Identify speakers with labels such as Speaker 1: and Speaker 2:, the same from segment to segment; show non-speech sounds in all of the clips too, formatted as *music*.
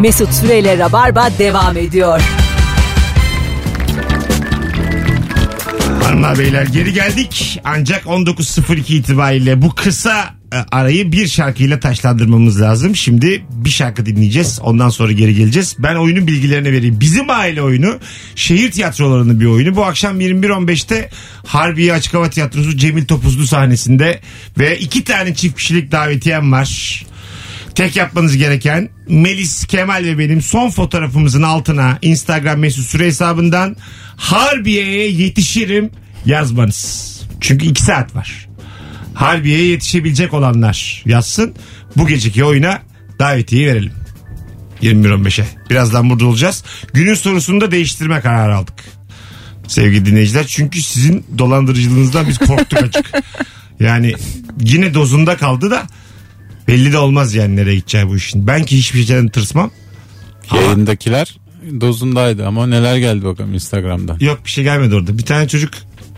Speaker 1: Mesut Süreyle Rabarba devam ediyor.
Speaker 2: Hanımlar beyler geri geldik. Ancak 19.02 itibariyle bu kısa e, arayı bir şarkıyla taşlandırmamız lazım. Şimdi bir şarkı dinleyeceğiz. Ondan sonra geri geleceğiz. Ben oyunun bilgilerini vereyim. Bizim aile oyunu şehir tiyatrolarının bir oyunu. Bu akşam 21.15'te Harbiye Açık Hava Tiyatrosu Cemil Topuzlu sahnesinde ve iki tane çift kişilik davetiyem var. Tek yapmanız gereken Melis, Kemal ve benim son fotoğrafımızın altına Instagram mesut süre hesabından Harbiye'ye yetişirim yazmanız. Çünkü 2 saat var. Harbiye'ye yetişebilecek olanlar yazsın. Bu geceki oyuna davetiyi verelim. 21.15'e. Birazdan burada olacağız. Günün sorusunu da değiştirme kararı aldık. Sevgili dinleyiciler çünkü sizin dolandırıcılığınızdan biz korktuk açık. Yani yine dozunda kaldı da belli de olmaz yani nereye gideceği bu işin. Ben ki hiçbir şeyden tırsmam.
Speaker 3: Yayındakiler dozundaydı ama neler geldi bakalım Instagram'da.
Speaker 2: Yok bir şey gelmedi orada. Bir tane çocuk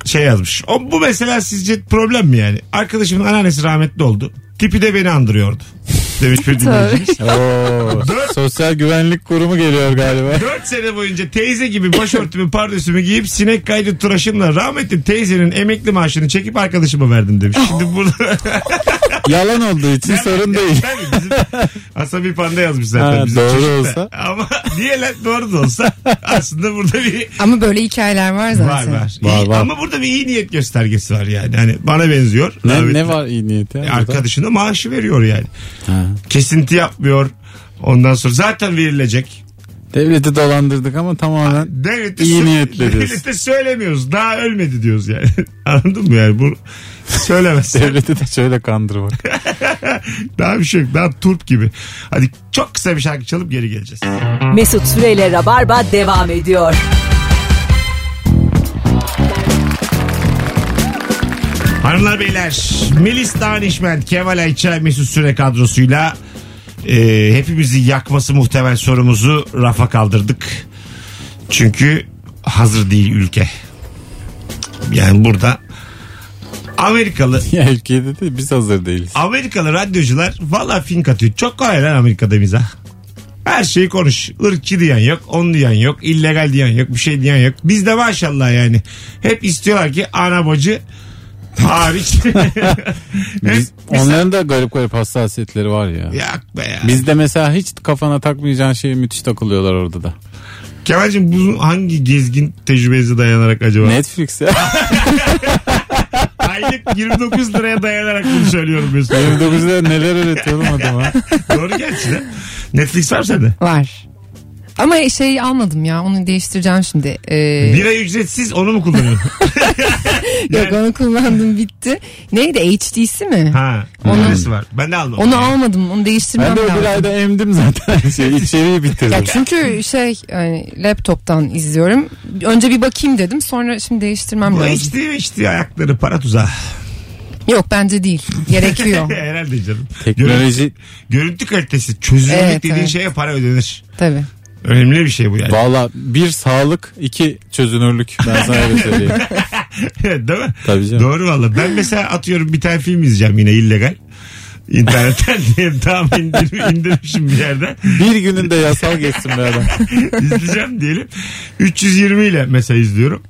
Speaker 2: şey yazmış. O, bu mesela sizce problem mi yani? Arkadaşımın anneannesi rahmetli oldu. Tipi de beni andırıyordu. Demiş bir dinleyicimiz.
Speaker 3: *laughs* Oo, sosyal güvenlik kurumu geliyor galiba.
Speaker 2: 4 sene boyunca teyze gibi başörtümü pardösümü giyip sinek kaydı tıraşımla rahmetli teyzenin emekli maaşını çekip arkadaşıma verdim demiş. Şimdi burada *laughs*
Speaker 3: Yalan olduğu için sorun değil.
Speaker 2: Tabii bizim Asabi Panda yazmış zaten.
Speaker 3: Ha,
Speaker 2: bizim
Speaker 3: doğru
Speaker 2: çocuk da.
Speaker 3: olsa.
Speaker 2: Ama niye lan doğru da olsa aslında burada bir
Speaker 4: Ama böyle hikayeler var
Speaker 2: var
Speaker 4: zaten.
Speaker 2: var.
Speaker 3: Var,
Speaker 2: İyi-
Speaker 3: var.
Speaker 2: Ama burada bir iyi niyet göstergesi var yani. Hani bana benziyor.
Speaker 3: Ne,
Speaker 2: Rahmetli.
Speaker 3: ne var iyi niyet ya? burada?
Speaker 2: Arkadaşına maaşı veriyor yani.
Speaker 3: Ha.
Speaker 2: Kesinti yapmıyor. Ondan sonra zaten verilecek.
Speaker 3: Devleti dolandırdık ama tamamen
Speaker 2: Devlete
Speaker 3: İyi
Speaker 2: sö-
Speaker 3: niyetle diyorsun.
Speaker 2: Devlete söylemiyoruz. Daha ölmedi diyoruz yani. *laughs* Anladın mı yani? Bu söylemezsen
Speaker 3: devleti de şöyle kandırmak. *laughs*
Speaker 2: daha bir şey yok. Daha turp gibi. Hadi çok kısa bir şarkı çalıp geri geleceğiz.
Speaker 1: Mesut Süreyle Rabarba devam ediyor.
Speaker 2: Hanımlar beyler Melis Danişment, Kemal Ayça, Mesut Süre kadrosuyla e, hepimizi yakması muhtemel sorumuzu rafa kaldırdık. Çünkü hazır değil ülke. Yani burada Amerikalı
Speaker 3: ya ülkeye de değil, biz hazır değiliz.
Speaker 2: Amerikalı radyocular valla fink atıyor. Çok kolay lan Amerika'da bize. Her şeyi konuş. Irkçı diyen yok, on diyen yok, illegal diyen yok, bir şey diyen yok. Bizde maşallah yani. Hep istiyorlar ki ana bacı hariç. *laughs*
Speaker 3: Biz,
Speaker 2: Hep-
Speaker 3: onların da garip garip hassasiyetleri var ya.
Speaker 2: Yak be ya.
Speaker 3: Bizde mesela hiç kafana takmayacağın şeye müthiş takılıyorlar orada da.
Speaker 2: Kemal'cim bu hangi gezgin tecrübenize dayanarak acaba?
Speaker 3: Netflix ya. *laughs*
Speaker 2: Aylık 29 liraya dayanarak bunu söylüyorum Mesut.
Speaker 3: 29'da neler öğretiyor oğlum adama.
Speaker 2: Doğru gerçi de. Netflix var mı sende.
Speaker 4: Var. Ama şey almadım ya onu değiştireceğim şimdi. Ee,
Speaker 2: Bira ücretsiz onu mu
Speaker 4: *laughs*
Speaker 2: kullanıyorsun?
Speaker 4: Yok onu kullandım bitti. Neydi HD'si mi?
Speaker 2: Ha.
Speaker 4: Onu-
Speaker 2: Neresi var? Ben de almam.
Speaker 4: Onu almadım onu değiştirmem
Speaker 3: Ben de
Speaker 4: lazım.
Speaker 3: öbür ayda emdim zaten. *laughs* Şey, içeriği
Speaker 4: Ya
Speaker 3: bitirdim.
Speaker 4: çünkü şey yani laptoptan izliyorum. Önce bir bakayım dedim sonra şimdi değiştirmem
Speaker 2: Bu
Speaker 4: lazım.
Speaker 2: içti içti ayakları para tuzağı.
Speaker 4: Yok bence değil.
Speaker 2: *laughs*
Speaker 4: Gerekiyor.
Speaker 2: Herhalde canım. Görüntü,
Speaker 3: Teknoloji
Speaker 2: görüntü kalitesi çözünürlük
Speaker 4: Evet,
Speaker 2: dediğin
Speaker 4: evet.
Speaker 2: şeye para ödenir.
Speaker 4: Tabii.
Speaker 2: Önemli bir şey bu yani.
Speaker 3: valla bir sağlık iki çözünürlük. Ben sana
Speaker 2: *laughs*
Speaker 3: öyle söyleyeyim.
Speaker 2: *laughs* Değil mi?
Speaker 3: Tabii canım.
Speaker 2: Doğru valla. Ben mesela atıyorum bir tane film izleyeceğim yine illegal. İnternetten *laughs* diye tamam indir, indirmişim bir yerden.
Speaker 3: Bir günün de yasal geçsin
Speaker 2: *laughs*
Speaker 3: be adam.
Speaker 2: İzleyeceğim diyelim. 320 ile mesela izliyorum.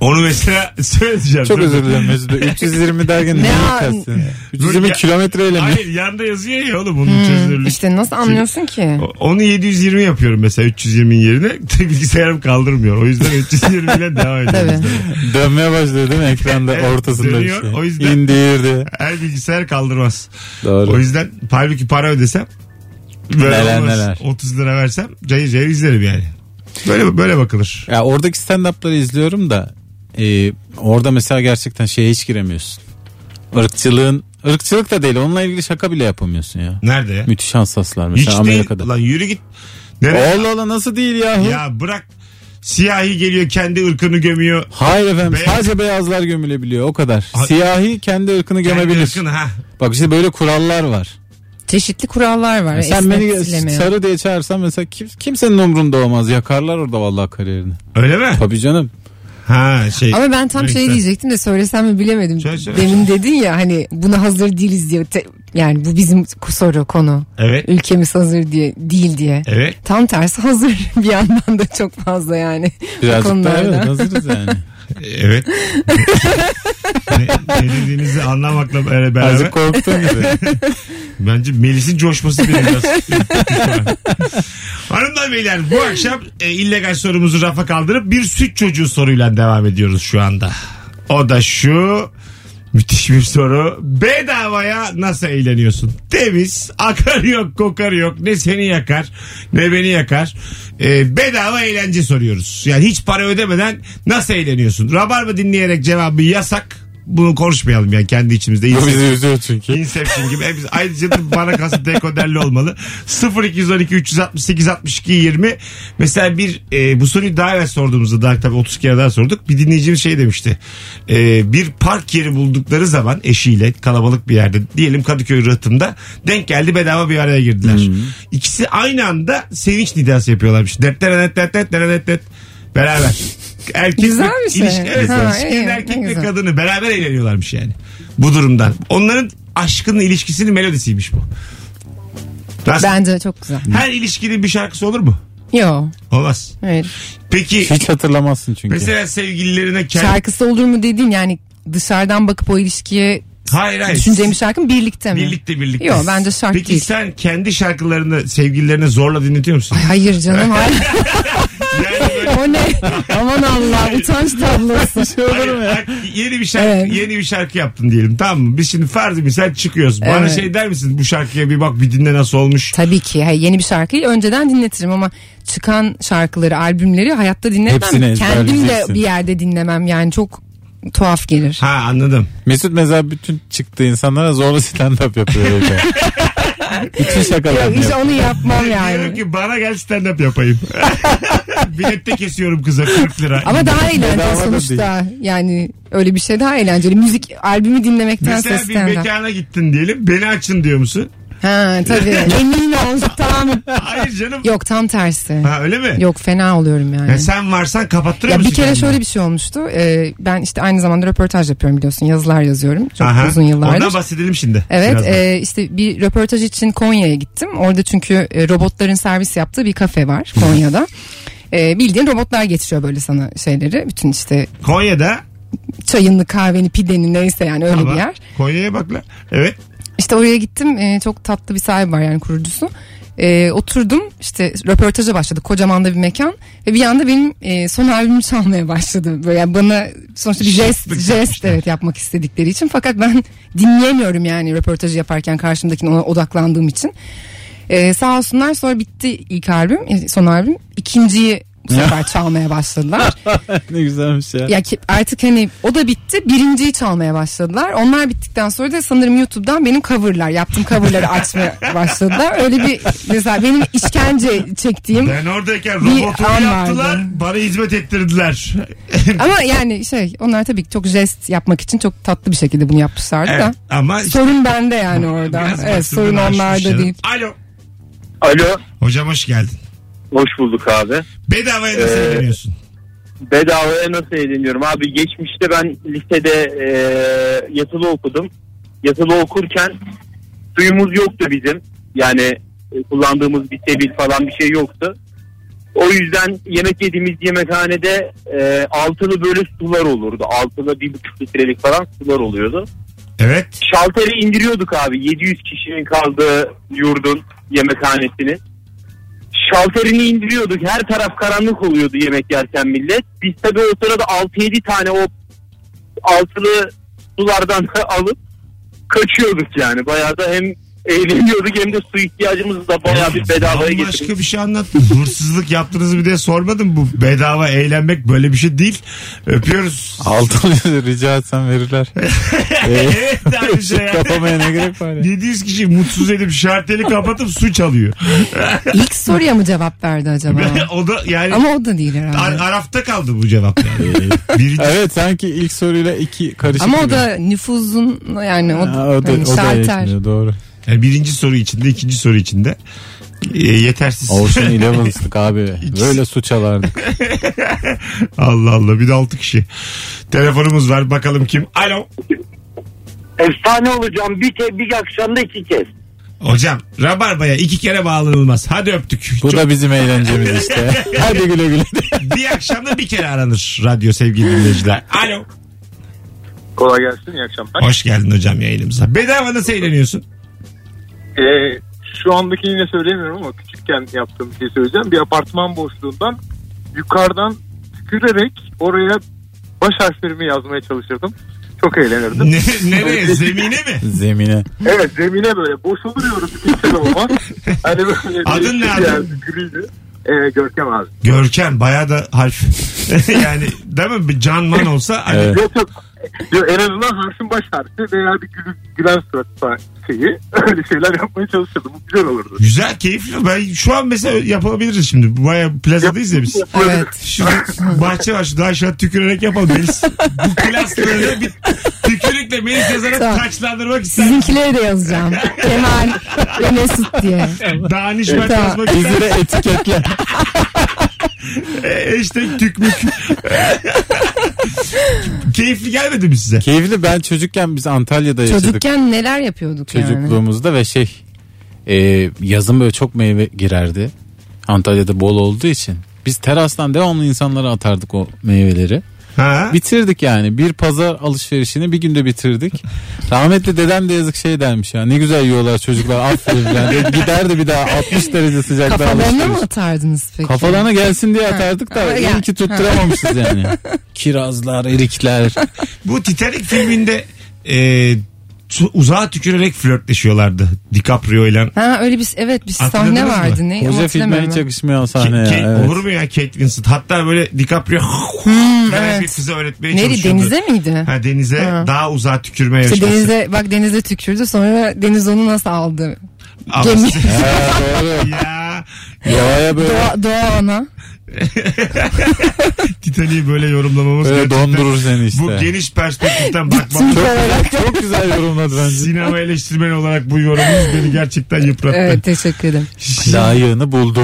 Speaker 2: Onu mesela *laughs* söyleyeceğim.
Speaker 3: Çok
Speaker 2: Dur.
Speaker 3: özür dilerim Mesut Bey. 320 derken ne
Speaker 4: Ne
Speaker 3: yapacaksın? 320
Speaker 2: ya-
Speaker 3: kilometreyle mi?
Speaker 2: Hayır yanda yazıyor ya oğlum
Speaker 4: Hmm,
Speaker 2: onun çözünürlüğü.
Speaker 4: İşte nasıl anlıyorsun ki?
Speaker 2: O- Onu 720 yapıyorum mesela 320'nin yerine. *laughs* Bilgisayarım kaldırmıyor. O yüzden 320 ile devam ediyorum.
Speaker 4: Tabii.
Speaker 3: Dönmeye başladı değil mi ekranda
Speaker 2: Evet,
Speaker 3: ortasında bir
Speaker 2: dönüyor.
Speaker 3: şey.
Speaker 2: O yüzden- *laughs*
Speaker 3: İndirdi.
Speaker 2: Her bilgisayar kaldırmaz. O
Speaker 3: Doğru.
Speaker 2: yüzden halbuki para ödesem böyle
Speaker 3: Neler
Speaker 2: olmaz.
Speaker 3: neler.
Speaker 2: 30 lira versem cayır cayır izlerim yani. Böyle böyle bakılır.
Speaker 3: Ya oradaki stand-up'ları izliyorum da e, orada mesela gerçekten şeye hiç giremiyorsun. Irkçılığın ırkçılık da değil onunla ilgili şaka bile yapamıyorsun ya.
Speaker 2: Nerede ya?
Speaker 3: Müthiş hassaslar
Speaker 2: Hiç
Speaker 3: mesela
Speaker 2: değil.
Speaker 3: Amerika'da.
Speaker 2: Ulan yürü git. Nereye?
Speaker 3: Allah Allah nasıl değil ya?
Speaker 2: Ya bırak. Siyahi geliyor kendi ırkını gömüyor.
Speaker 3: Hayır efendim
Speaker 2: Beyaz-
Speaker 3: sadece beyazlar gömülebiliyor o kadar.
Speaker 2: Ha-
Speaker 3: Siyahi kendi ırkını
Speaker 2: Kendi
Speaker 3: gömebilir.
Speaker 2: ırkını ha.
Speaker 3: Bak işte böyle kurallar var. E
Speaker 4: Çeşitli kurallar var.
Speaker 3: Sen
Speaker 4: Esnek,
Speaker 3: beni
Speaker 4: sileme.
Speaker 3: sarı diye çağırsan mesela kim, kimsenin umrunda olmaz. Yakarlar orada vallahi kariyerini.
Speaker 2: Öyle mi?
Speaker 3: Tabii canım.
Speaker 2: Ha şey.
Speaker 4: Ama ben tam
Speaker 2: Neyse.
Speaker 4: şey diyecektim de söylesem mi bilemedim.
Speaker 2: Söyle, söyle.
Speaker 4: Demin dedin ya hani buna hazır değiliz diye te- Yani bu bizim soru konu.
Speaker 2: Evet.
Speaker 4: Ülkemiz hazır diye değil diye.
Speaker 2: Evet.
Speaker 4: Tam tersi *laughs* hazır bir yandan da çok fazla yani. bu
Speaker 3: Birazcık daha
Speaker 4: konularda.
Speaker 3: evet, hazırız yani.
Speaker 2: *laughs* Evet. ne, ne dediğinizi anlamakla beraber.
Speaker 3: Azıcık korktum gibi.
Speaker 2: *laughs* Bence Melis'in coşması bile biraz. *laughs* Hanımlar beyler bu akşam e, illegal sorumuzu rafa kaldırıp bir süt çocuğu soruyla devam ediyoruz şu anda. O da şu müthiş bir soru. Bedavaya nasıl eğleniyorsun? Temiz, akar yok, kokar yok. Ne seni yakar ne beni yakar. E, bedava eğlence soruyoruz. Yani hiç para ödemeden nasıl eğleniyorsun? Rabarba dinleyerek cevabı yasak. Bunu konuşmayalım yani kendi içimizde.
Speaker 3: Bu bizi üzüyor çünkü.
Speaker 2: Inception gibi. Hepsi, ayrıca da bana kalsın dekoderli olmalı. 0212 368 62 20. Mesela bir e, bu soruyu daha evvel sorduğumuzda daha tabii 30 kere daha sorduk. Bir dinleyicimiz şey demişti. E, bir park yeri buldukları zaman eşiyle kalabalık bir yerde diyelim Kadıköy Rıhtım'da denk geldi bedava bir araya girdiler.
Speaker 4: Hmm.
Speaker 2: İkisi aynı anda sevinç nidası yapıyorlarmış. Dert dert dert dert dert dert beraber. Erkek
Speaker 4: Güzel
Speaker 2: ve-
Speaker 4: bir şey.
Speaker 2: ilişki- evet,
Speaker 4: Ha,
Speaker 2: ilişkinin
Speaker 4: iyi, ne
Speaker 2: erkek ve
Speaker 4: güzel.
Speaker 2: kadını beraber eğleniyorlarmış yani. Bu durumdan. Onların aşkının ilişkisinin melodisiymiş bu. Rast-
Speaker 4: Bence çok güzel.
Speaker 2: Her ilişkinin bir şarkısı olur mu?
Speaker 4: Yo.
Speaker 2: Olmaz.
Speaker 4: Hayır.
Speaker 2: Peki
Speaker 3: Hiç hatırlamazsın çünkü.
Speaker 2: mesela sevgililerine kendi...
Speaker 4: Şarkısı olur mu dediğin yani dışarıdan bakıp o ilişkiye
Speaker 2: Hayır hayır.
Speaker 4: düşüneceğim şarkım birlikte mi?
Speaker 2: Birlikte birlikte.
Speaker 4: Yo, bence şart
Speaker 2: Peki
Speaker 4: değil.
Speaker 2: sen kendi şarkılarını sevgililerine zorla dinletiyor musun?
Speaker 4: Ay
Speaker 2: *laughs*
Speaker 4: hayır canım hayır.
Speaker 2: Yani böyle-
Speaker 4: o ne? Aman Allah utanç tablosu.
Speaker 2: Hayır, bak, yeni bir şarkı
Speaker 4: Evet.
Speaker 2: yeni bir şarkı yaptın diyelim tamam mı? Biz şimdi farzı misal çıkıyoruz. Bana
Speaker 4: Evet.
Speaker 2: şey der misin bu şarkıya bir bak bir dinle nasıl olmuş?
Speaker 4: Tabii ki hayır, yeni bir şarkıyı önceden dinletirim ama çıkan şarkıları, albümleri hayatta
Speaker 3: Hepsini
Speaker 4: dinlemem. Kendim de
Speaker 3: ezberleyeceksin.
Speaker 4: bir yerde dinlemem yani çok tuhaf gelir.
Speaker 2: Ha anladım.
Speaker 3: Mesut mesela bütün çıktığı insanlara zorla stand up
Speaker 2: *laughs*
Speaker 3: yapıyor. herif. bütün şakalarını
Speaker 4: Yok, işte
Speaker 3: yapıyor.
Speaker 4: onu yapmam
Speaker 2: Diyorum
Speaker 4: yani.
Speaker 2: ki bana gel stand up yapayım. *laughs* Bilette kesiyorum kıza 40 lira.
Speaker 4: Ama daha
Speaker 3: Bedava
Speaker 4: eğlenceli
Speaker 3: da
Speaker 4: sonuçta. Yani öyle bir şey daha eğlenceli. Müzik albümü dinlemekten
Speaker 2: Mesela bir
Speaker 4: sesten.
Speaker 2: mekana gittin diyelim. Beni açın diyor musun? *laughs*
Speaker 4: Ha tabii. Emin ol tam.
Speaker 2: Hayır canım.
Speaker 4: Yok tam tersi.
Speaker 2: Ha öyle mi?
Speaker 4: Yok fena oluyorum yani.
Speaker 2: Ya sen varsan kapattırıyor
Speaker 4: Ya
Speaker 2: musun?
Speaker 4: bir kere
Speaker 2: kendini?
Speaker 4: şöyle bir şey olmuştu. Ee, ben işte aynı zamanda röportaj yapıyorum biliyorsun. Yazılar yazıyorum. Çok
Speaker 2: Aha.
Speaker 4: uzun yıllardır.
Speaker 2: Ondan bahsedelim şimdi.
Speaker 4: Evet
Speaker 2: Birazdan.
Speaker 4: e, işte bir röportaj için Konya'ya gittim. Orada çünkü e, robotların servis yaptığı bir kafe var Konya'da. E, bildiğin robotlar getiriyor böyle sana şeyleri. Bütün işte
Speaker 2: Konya'da.
Speaker 4: çayını, kahveni, pideni neyse yani öyle
Speaker 2: Tamam.
Speaker 4: bir yer.
Speaker 2: Konya'ya bak lan. Evet.
Speaker 4: İşte oraya gittim. Ee, çok tatlı bir sahibi var yani kurucusu. Ee, oturdum işte röportaja başladık kocaman da bir mekan ve bir anda benim e, son albümü çalmaya başladı böyle yani bana sonuçta bir jest
Speaker 2: Şıklık
Speaker 4: jest
Speaker 2: yapmışlar.
Speaker 4: evet yapmak istedikleri için fakat ben *laughs* dinleyemiyorum yani röportajı yaparken karşımdakine ona odaklandığım için Ee, sağ olsunlar sonra bitti ilk albüm e, son albüm ikinciyi bu sefer çalmaya başladılar
Speaker 3: ne güzelmiş ya.
Speaker 4: ya ki artık hani o da bitti. Birinciyi çalmaya başladılar. Onlar bittikten sonra da sanırım YouTube'dan benim coverlar yaptığım
Speaker 2: *laughs*
Speaker 4: coverları açmaya başladılar. Öyle bir mesela benim işkence çektiğim
Speaker 2: Ben oradayken
Speaker 4: Bir
Speaker 2: robotumu
Speaker 4: an
Speaker 2: yaptılar.
Speaker 4: vardı.
Speaker 2: Bana hizmet ettirdiler.
Speaker 4: ama yani şey onlar tabii ki çok jest yapmak için çok tatlı bir şekilde bunu yapmışlardı
Speaker 2: evet.
Speaker 4: da.
Speaker 2: Ama işte
Speaker 4: Sorun bende yani orada.
Speaker 2: biraz
Speaker 4: evet
Speaker 2: basından
Speaker 4: sorun
Speaker 2: aşmış
Speaker 4: onlarda
Speaker 2: canım.
Speaker 4: değil.
Speaker 2: Alo.
Speaker 5: Alo,
Speaker 2: Hocam hoş geldin.
Speaker 5: hoş bulduk abi.
Speaker 2: Bedavaya nasıl
Speaker 5: Ee,
Speaker 2: eğleniyorsun?
Speaker 5: Bedavaya nasıl eğleniyorum? Abi geçmişte ben lisede e, yatılı okudum. Yatılı okurken suyumuz yoktu bizim. Yani e, kullandığımız bir sebil falan bir şey yoktu. O yüzden yemek yediğimiz yemekhanede e, altılı böyle sular olurdu. Altılı bir buçuk litrelik falan sular oluyordu.
Speaker 2: Evet.
Speaker 5: Şalteri indiriyorduk abi. 700 kişinin kaldığı yurdun yemekhanesini. Şalterini indiriyorduk. Her taraf karanlık oluyordu yemek yerken millet. Biz tabii o sırada 6-7 tane o altılı sulardan *laughs* alıp kaçıyorduk yani. Bayağı da hem eğleniyorduk hem de su ihtiyacımızı da bayağı bir bedavaya getirdik.
Speaker 2: Başka bir şey anlattın. Hırsızlık yaptınız mı diye sormadım. Bu bedava eğlenmek böyle bir şey değil. Öpüyoruz.
Speaker 3: Altın rica etsem verirler.
Speaker 2: *laughs* evet aynı şey. yani.
Speaker 3: Kapamaya ne gerek var ya?
Speaker 2: 700 kişi mutsuz edip şarteli kapatıp su çalıyor.
Speaker 4: İlk soruya mı cevap
Speaker 2: *laughs*
Speaker 4: verdi acaba?
Speaker 2: o da yani
Speaker 4: ama o da değil herhalde.
Speaker 2: ar- arafta kaldı bu cevap yani. Birinci
Speaker 3: Evet sanki ilk soruyla iki karışık.
Speaker 4: ama o
Speaker 3: gibi.
Speaker 4: da nüfuzun yani o,
Speaker 3: Ha, o da,
Speaker 4: hani
Speaker 3: o da
Speaker 4: şalter.
Speaker 3: yetmiyor, doğru.
Speaker 2: yani birinci soru içinde, ikinci soru içinde. E, yetersiz.
Speaker 3: *laughs*
Speaker 2: *laughs*
Speaker 3: Ocean Eleven's'lık abi. Böyle su çalardık.
Speaker 2: Allah Allah bir de altı kişi. Telefonumuz var bakalım kim. Alo.
Speaker 5: Efsane olacağım bir, ke bir akşamda iki kez.
Speaker 2: Hocam rabarbaya iki kere bağlanılmaz. Hadi öptük.
Speaker 3: Bu da bizim eğlencemiz işte. *laughs* Hadi güle güle.
Speaker 2: Bir akşamda bir kere aranır radyo sevgili dinleyiciler. Alo.
Speaker 6: Kolay gelsin iyi akşamlar.
Speaker 2: Hoş geldin hocam yayınımıza. Bedava nasıl eğleniyorsun?
Speaker 6: Ee, şu andaki yine söylemiyorum ama küçükken yaptığım bir şey söyleyeceğim. Bir apartman boşluğundan yukarıdan tükürerek oraya baş harflerimi yazmaya çalışırdım. Çok eğlenirdim.
Speaker 2: Ne, nereye? Zemine mi?
Speaker 3: Zemine.
Speaker 6: Evet zemine böyle boş oluyoruz kimse
Speaker 2: *laughs*
Speaker 6: ama. Hani böyle bir
Speaker 2: Adın ne
Speaker 6: şey
Speaker 2: abi?
Speaker 6: yani, griydi. Ee, Görkem abi.
Speaker 2: Görkem bayağı da harf. *laughs* yani değil mi? Bir canman olsa hani
Speaker 3: Evet.
Speaker 6: Yok yok. Yok, en azından harfin baş harfi veya bir gülü, gülen surat fa- şeyi *laughs* öyle şeyler yapmaya çalışırdım. Bu güzel olurdu.
Speaker 2: güzel, keyifli. Ben şu an mesela yapabiliriz şimdi. Bayağı plazadayız ya biz.
Speaker 4: Evet.
Speaker 2: Şu bahçe var şu daha aşağı tükürerek yapalım. Melis, bu klasları bir tükürükle Melis yazarak
Speaker 4: Tamam.
Speaker 2: taçlandırmak ister.
Speaker 4: Sizinkileri
Speaker 2: *laughs*
Speaker 4: de yazacağım. Kemal ve Mesut diye.
Speaker 2: Danişment
Speaker 4: Tamam.
Speaker 2: yazmak ister.
Speaker 3: Bizlere etiketle.
Speaker 2: E, Hashtag tükmük. Keyifli gelmedi mi size?
Speaker 3: Keyifli ben çocukken biz Antalya'da yaşadık.
Speaker 4: Çocukken neler yapıyorduk yani?
Speaker 3: çocukluğumuzda ve şey e, yazın böyle çok meyve girerdi. Antalya'da bol olduğu için. Biz terastan devamlı insanlara atardık o meyveleri.
Speaker 2: Ha?
Speaker 3: Bitirdik yani. Bir pazar alışverişini bir günde bitirdik. Rahmetli dedem de yazık şey dermiş ya. Ne güzel yiyorlar çocuklar. Aferin yani. Giderdi bir daha 60 derece sıcakta
Speaker 4: Kafalarına mı
Speaker 3: alışveriş.
Speaker 4: atardınız peki?
Speaker 3: Kafalarına gelsin diye atardık
Speaker 4: Ha,
Speaker 3: da
Speaker 4: ya.
Speaker 3: iyi ki tutturamamışız
Speaker 4: *laughs*
Speaker 3: yani. Kirazlar, erikler.
Speaker 2: Bu Titanic filminde e, tu- uzağa tükürerek flörtleşiyorlardı. DiCaprio ile.
Speaker 4: Ha öyle bir evet bir
Speaker 2: Hatırladınız
Speaker 4: sahne
Speaker 2: mı?
Speaker 4: vardı ne? ama
Speaker 3: Koca filme
Speaker 4: hatırlamıyorum
Speaker 3: hiç
Speaker 4: ben.
Speaker 3: yakışmıyor o sahne
Speaker 2: Ke-
Speaker 3: ya.
Speaker 2: Ke-
Speaker 3: evet.
Speaker 2: Olur mu ya Kate Winslet? Hatta böyle DiCaprio evet. bir
Speaker 4: evet.
Speaker 2: kızı öğretmeye
Speaker 4: Neydi
Speaker 2: çalışıyordu.
Speaker 4: denize miydi?
Speaker 2: Ha, denize
Speaker 4: Ha.
Speaker 2: daha uzağa tükürme
Speaker 4: İşte
Speaker 2: yarışması.
Speaker 4: denize bak denize tükürdü sonra deniz onu nasıl aldı?
Speaker 2: Ama-
Speaker 4: Gemi
Speaker 3: Ha, doğru.
Speaker 2: *laughs* ya
Speaker 3: Doğaya böyle
Speaker 4: doğa, doğa ona.
Speaker 2: Titanic'i böyle yorumlamamız
Speaker 3: Böyle
Speaker 2: gerçekten-
Speaker 3: dondurur seni işte.
Speaker 2: Bu geniş perspektiften bakmamız
Speaker 4: Sınıf olarak.
Speaker 3: Çok güzel *laughs* yorumladı bence.
Speaker 2: Sinema eleştirmeni olarak bu yorumunuz beni gerçekten yıprattı.
Speaker 4: Evet teşekkür ederim.
Speaker 3: Layığını *laughs* buldu.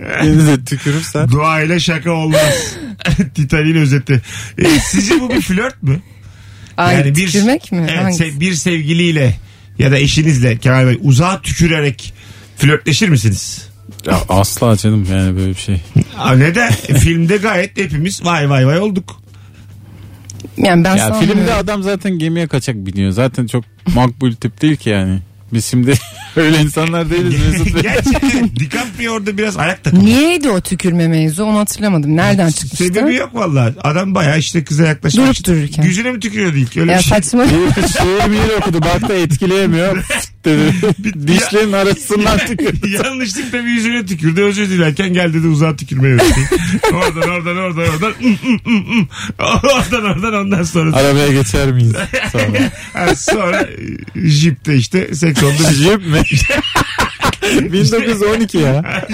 Speaker 3: Denize tükürürsen.
Speaker 2: Dua ile şaka
Speaker 4: *laughs*
Speaker 2: olmaz. Titanic'in özeti. Ee, sizce bu bir flört mü?
Speaker 4: Ay tükürmek mi?
Speaker 2: Evet, şey-
Speaker 4: Hangisi?
Speaker 2: se- bir sevgiliyle ya da eşinizle Kemal Bey uzağa tükürerek flörtleşir misiniz?
Speaker 3: asla canım yani böyle bir şey.
Speaker 2: Aa, neden? E, Filmde gayet hepimiz vay vay vay olduk.
Speaker 4: Yani ben
Speaker 3: Ya
Speaker 4: sanmıyorum.
Speaker 3: filmde adam zaten gemiye kaçak biniyor. Zaten çok makbul tip değil ki yani. Biz şimdi *laughs* öyle insanlar değiliz
Speaker 2: *laughs*
Speaker 3: Mesut
Speaker 4: *laughs*
Speaker 3: Bey.
Speaker 2: Gerçekten DiCaprio orada biraz ayak takıldı.
Speaker 4: Niyeydi o tükürme mevzu onu hatırlamadım. Nereden
Speaker 2: Şey,
Speaker 4: çıkmıştı?
Speaker 2: Sebebi yok valla. Adam bayağı işte kıza yaklaşmış.
Speaker 4: Durup dururken.
Speaker 2: Yüzüne mi tükürüyordu ilk? Öyle
Speaker 4: Ya
Speaker 2: bir şey.
Speaker 4: saçma.
Speaker 3: Bir şiir miyir okudu. Baktı etkileyemiyor. *laughs* dedi. Dişlerin arasından
Speaker 2: *laughs*
Speaker 3: tükürdü.
Speaker 2: Yanlışlıkla bir yüzüne tükürdü. Özür dilerken gel dedi uzağa tükürme öğretti. *laughs* oradan oradan oradan oradan. Mm, mm, mm, mm. *laughs* oradan oradan ondan sonra.
Speaker 3: Arabaya geçer miyiz?
Speaker 4: *laughs*
Speaker 3: Sonra.
Speaker 2: Ha, sonra e, jipte işte seks oldu.
Speaker 3: *laughs* Jip
Speaker 4: *laughs*
Speaker 3: mi? 1912 ya.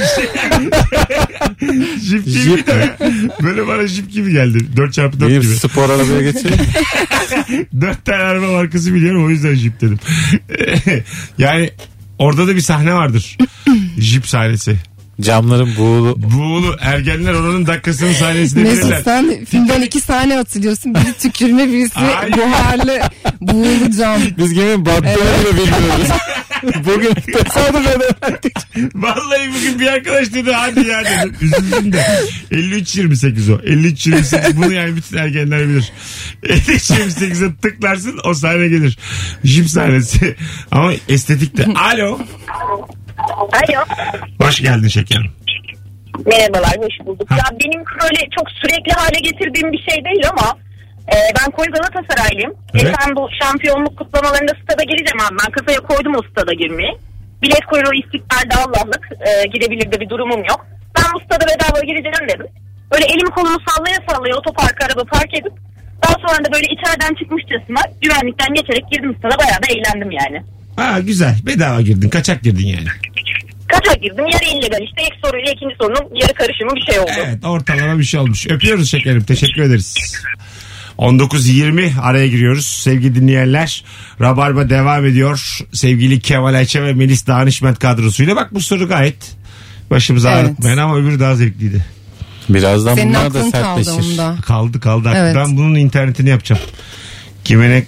Speaker 2: Jip gibi
Speaker 3: Jip
Speaker 2: de. *laughs* Böyle bana jip gibi geldi. 4x4
Speaker 3: Bir
Speaker 2: gibi.
Speaker 3: spor arabaya geçelim.
Speaker 2: 4 tane araba markası biliyorum o yüzden jip dedim. *laughs* yani orada da bir sahne
Speaker 3: *laughs*
Speaker 2: vardır. jip sahnesi.
Speaker 3: Camların buğulu
Speaker 2: Buğulu ergenler oranın dakikasının sahnesini
Speaker 4: Mesut
Speaker 2: bilirler.
Speaker 4: sen filmden iki sahne hatırlıyorsun. Biri tükürme birisi
Speaker 2: Ay.
Speaker 4: buharlı buğulu cam.
Speaker 3: Biz geminin battığını bile
Speaker 4: *laughs*
Speaker 3: bilmiyoruz. Bugün tesadüf eder.
Speaker 2: *laughs* Vallahi bugün bir arkadaş dedi hadi ya dedim. Üzüldüm de. 53-28 o. 53-28 bunu yani bütün ergenler bilir. 53-28'e tıklarsın o sahne gelir. Jip sahnesi. *laughs* Ama estetik de. Alo.
Speaker 7: Alo.
Speaker 2: Hoş geldin şekerim.
Speaker 7: Merhabalar, hoş bulduk. Ya benim böyle çok sürekli hale getirdiğim bir şey değil ama e, ben koyu Galatasaraylıyım.
Speaker 2: Evet.
Speaker 7: Geçen bu şampiyonluk kutlamalarında stada gireceğim abi. Ben kafaya koydum o stada girmeyi. Bilet kuyruğu istiklalde Allah'lık. E, gidebilir de bir durumum yok. Ben bu stada bedava gireceğim dedim. Böyle elimi kolumu sallaya sallaya otoparka araba park edip daha sonra da böyle içeriden çıkmışçasına güvenlikten geçerek girdim stada bayağı da eğlendim yani.
Speaker 2: Ha güzel. Bedava girdin. Kaçak girdin yani.
Speaker 7: Kaça girdim yarı illegal işte ilk soruyla ikinci sorunun yarı karışımı bir şey oldu.
Speaker 2: Evet ortalama bir şey olmuş. Öpüyoruz şekerim. Teşekkür ederiz. 19.20 araya giriyoruz. Sevgili dinleyenler Rabarba devam ediyor. Sevgili Kemal Ayça ve Melis Danışment kadrosuyla. Bak bu soru gayet başımızı
Speaker 4: Evet.
Speaker 2: ağrıtmayan ama öbürü daha zevkliydi.
Speaker 3: Birazdan
Speaker 4: Senin
Speaker 3: bunlar da
Speaker 4: aklın kaldı
Speaker 3: sertleşir.
Speaker 4: onda.
Speaker 2: Kaldı kaldı.
Speaker 4: Evet.
Speaker 2: Ben bunun internetini yapacağım. Kime ne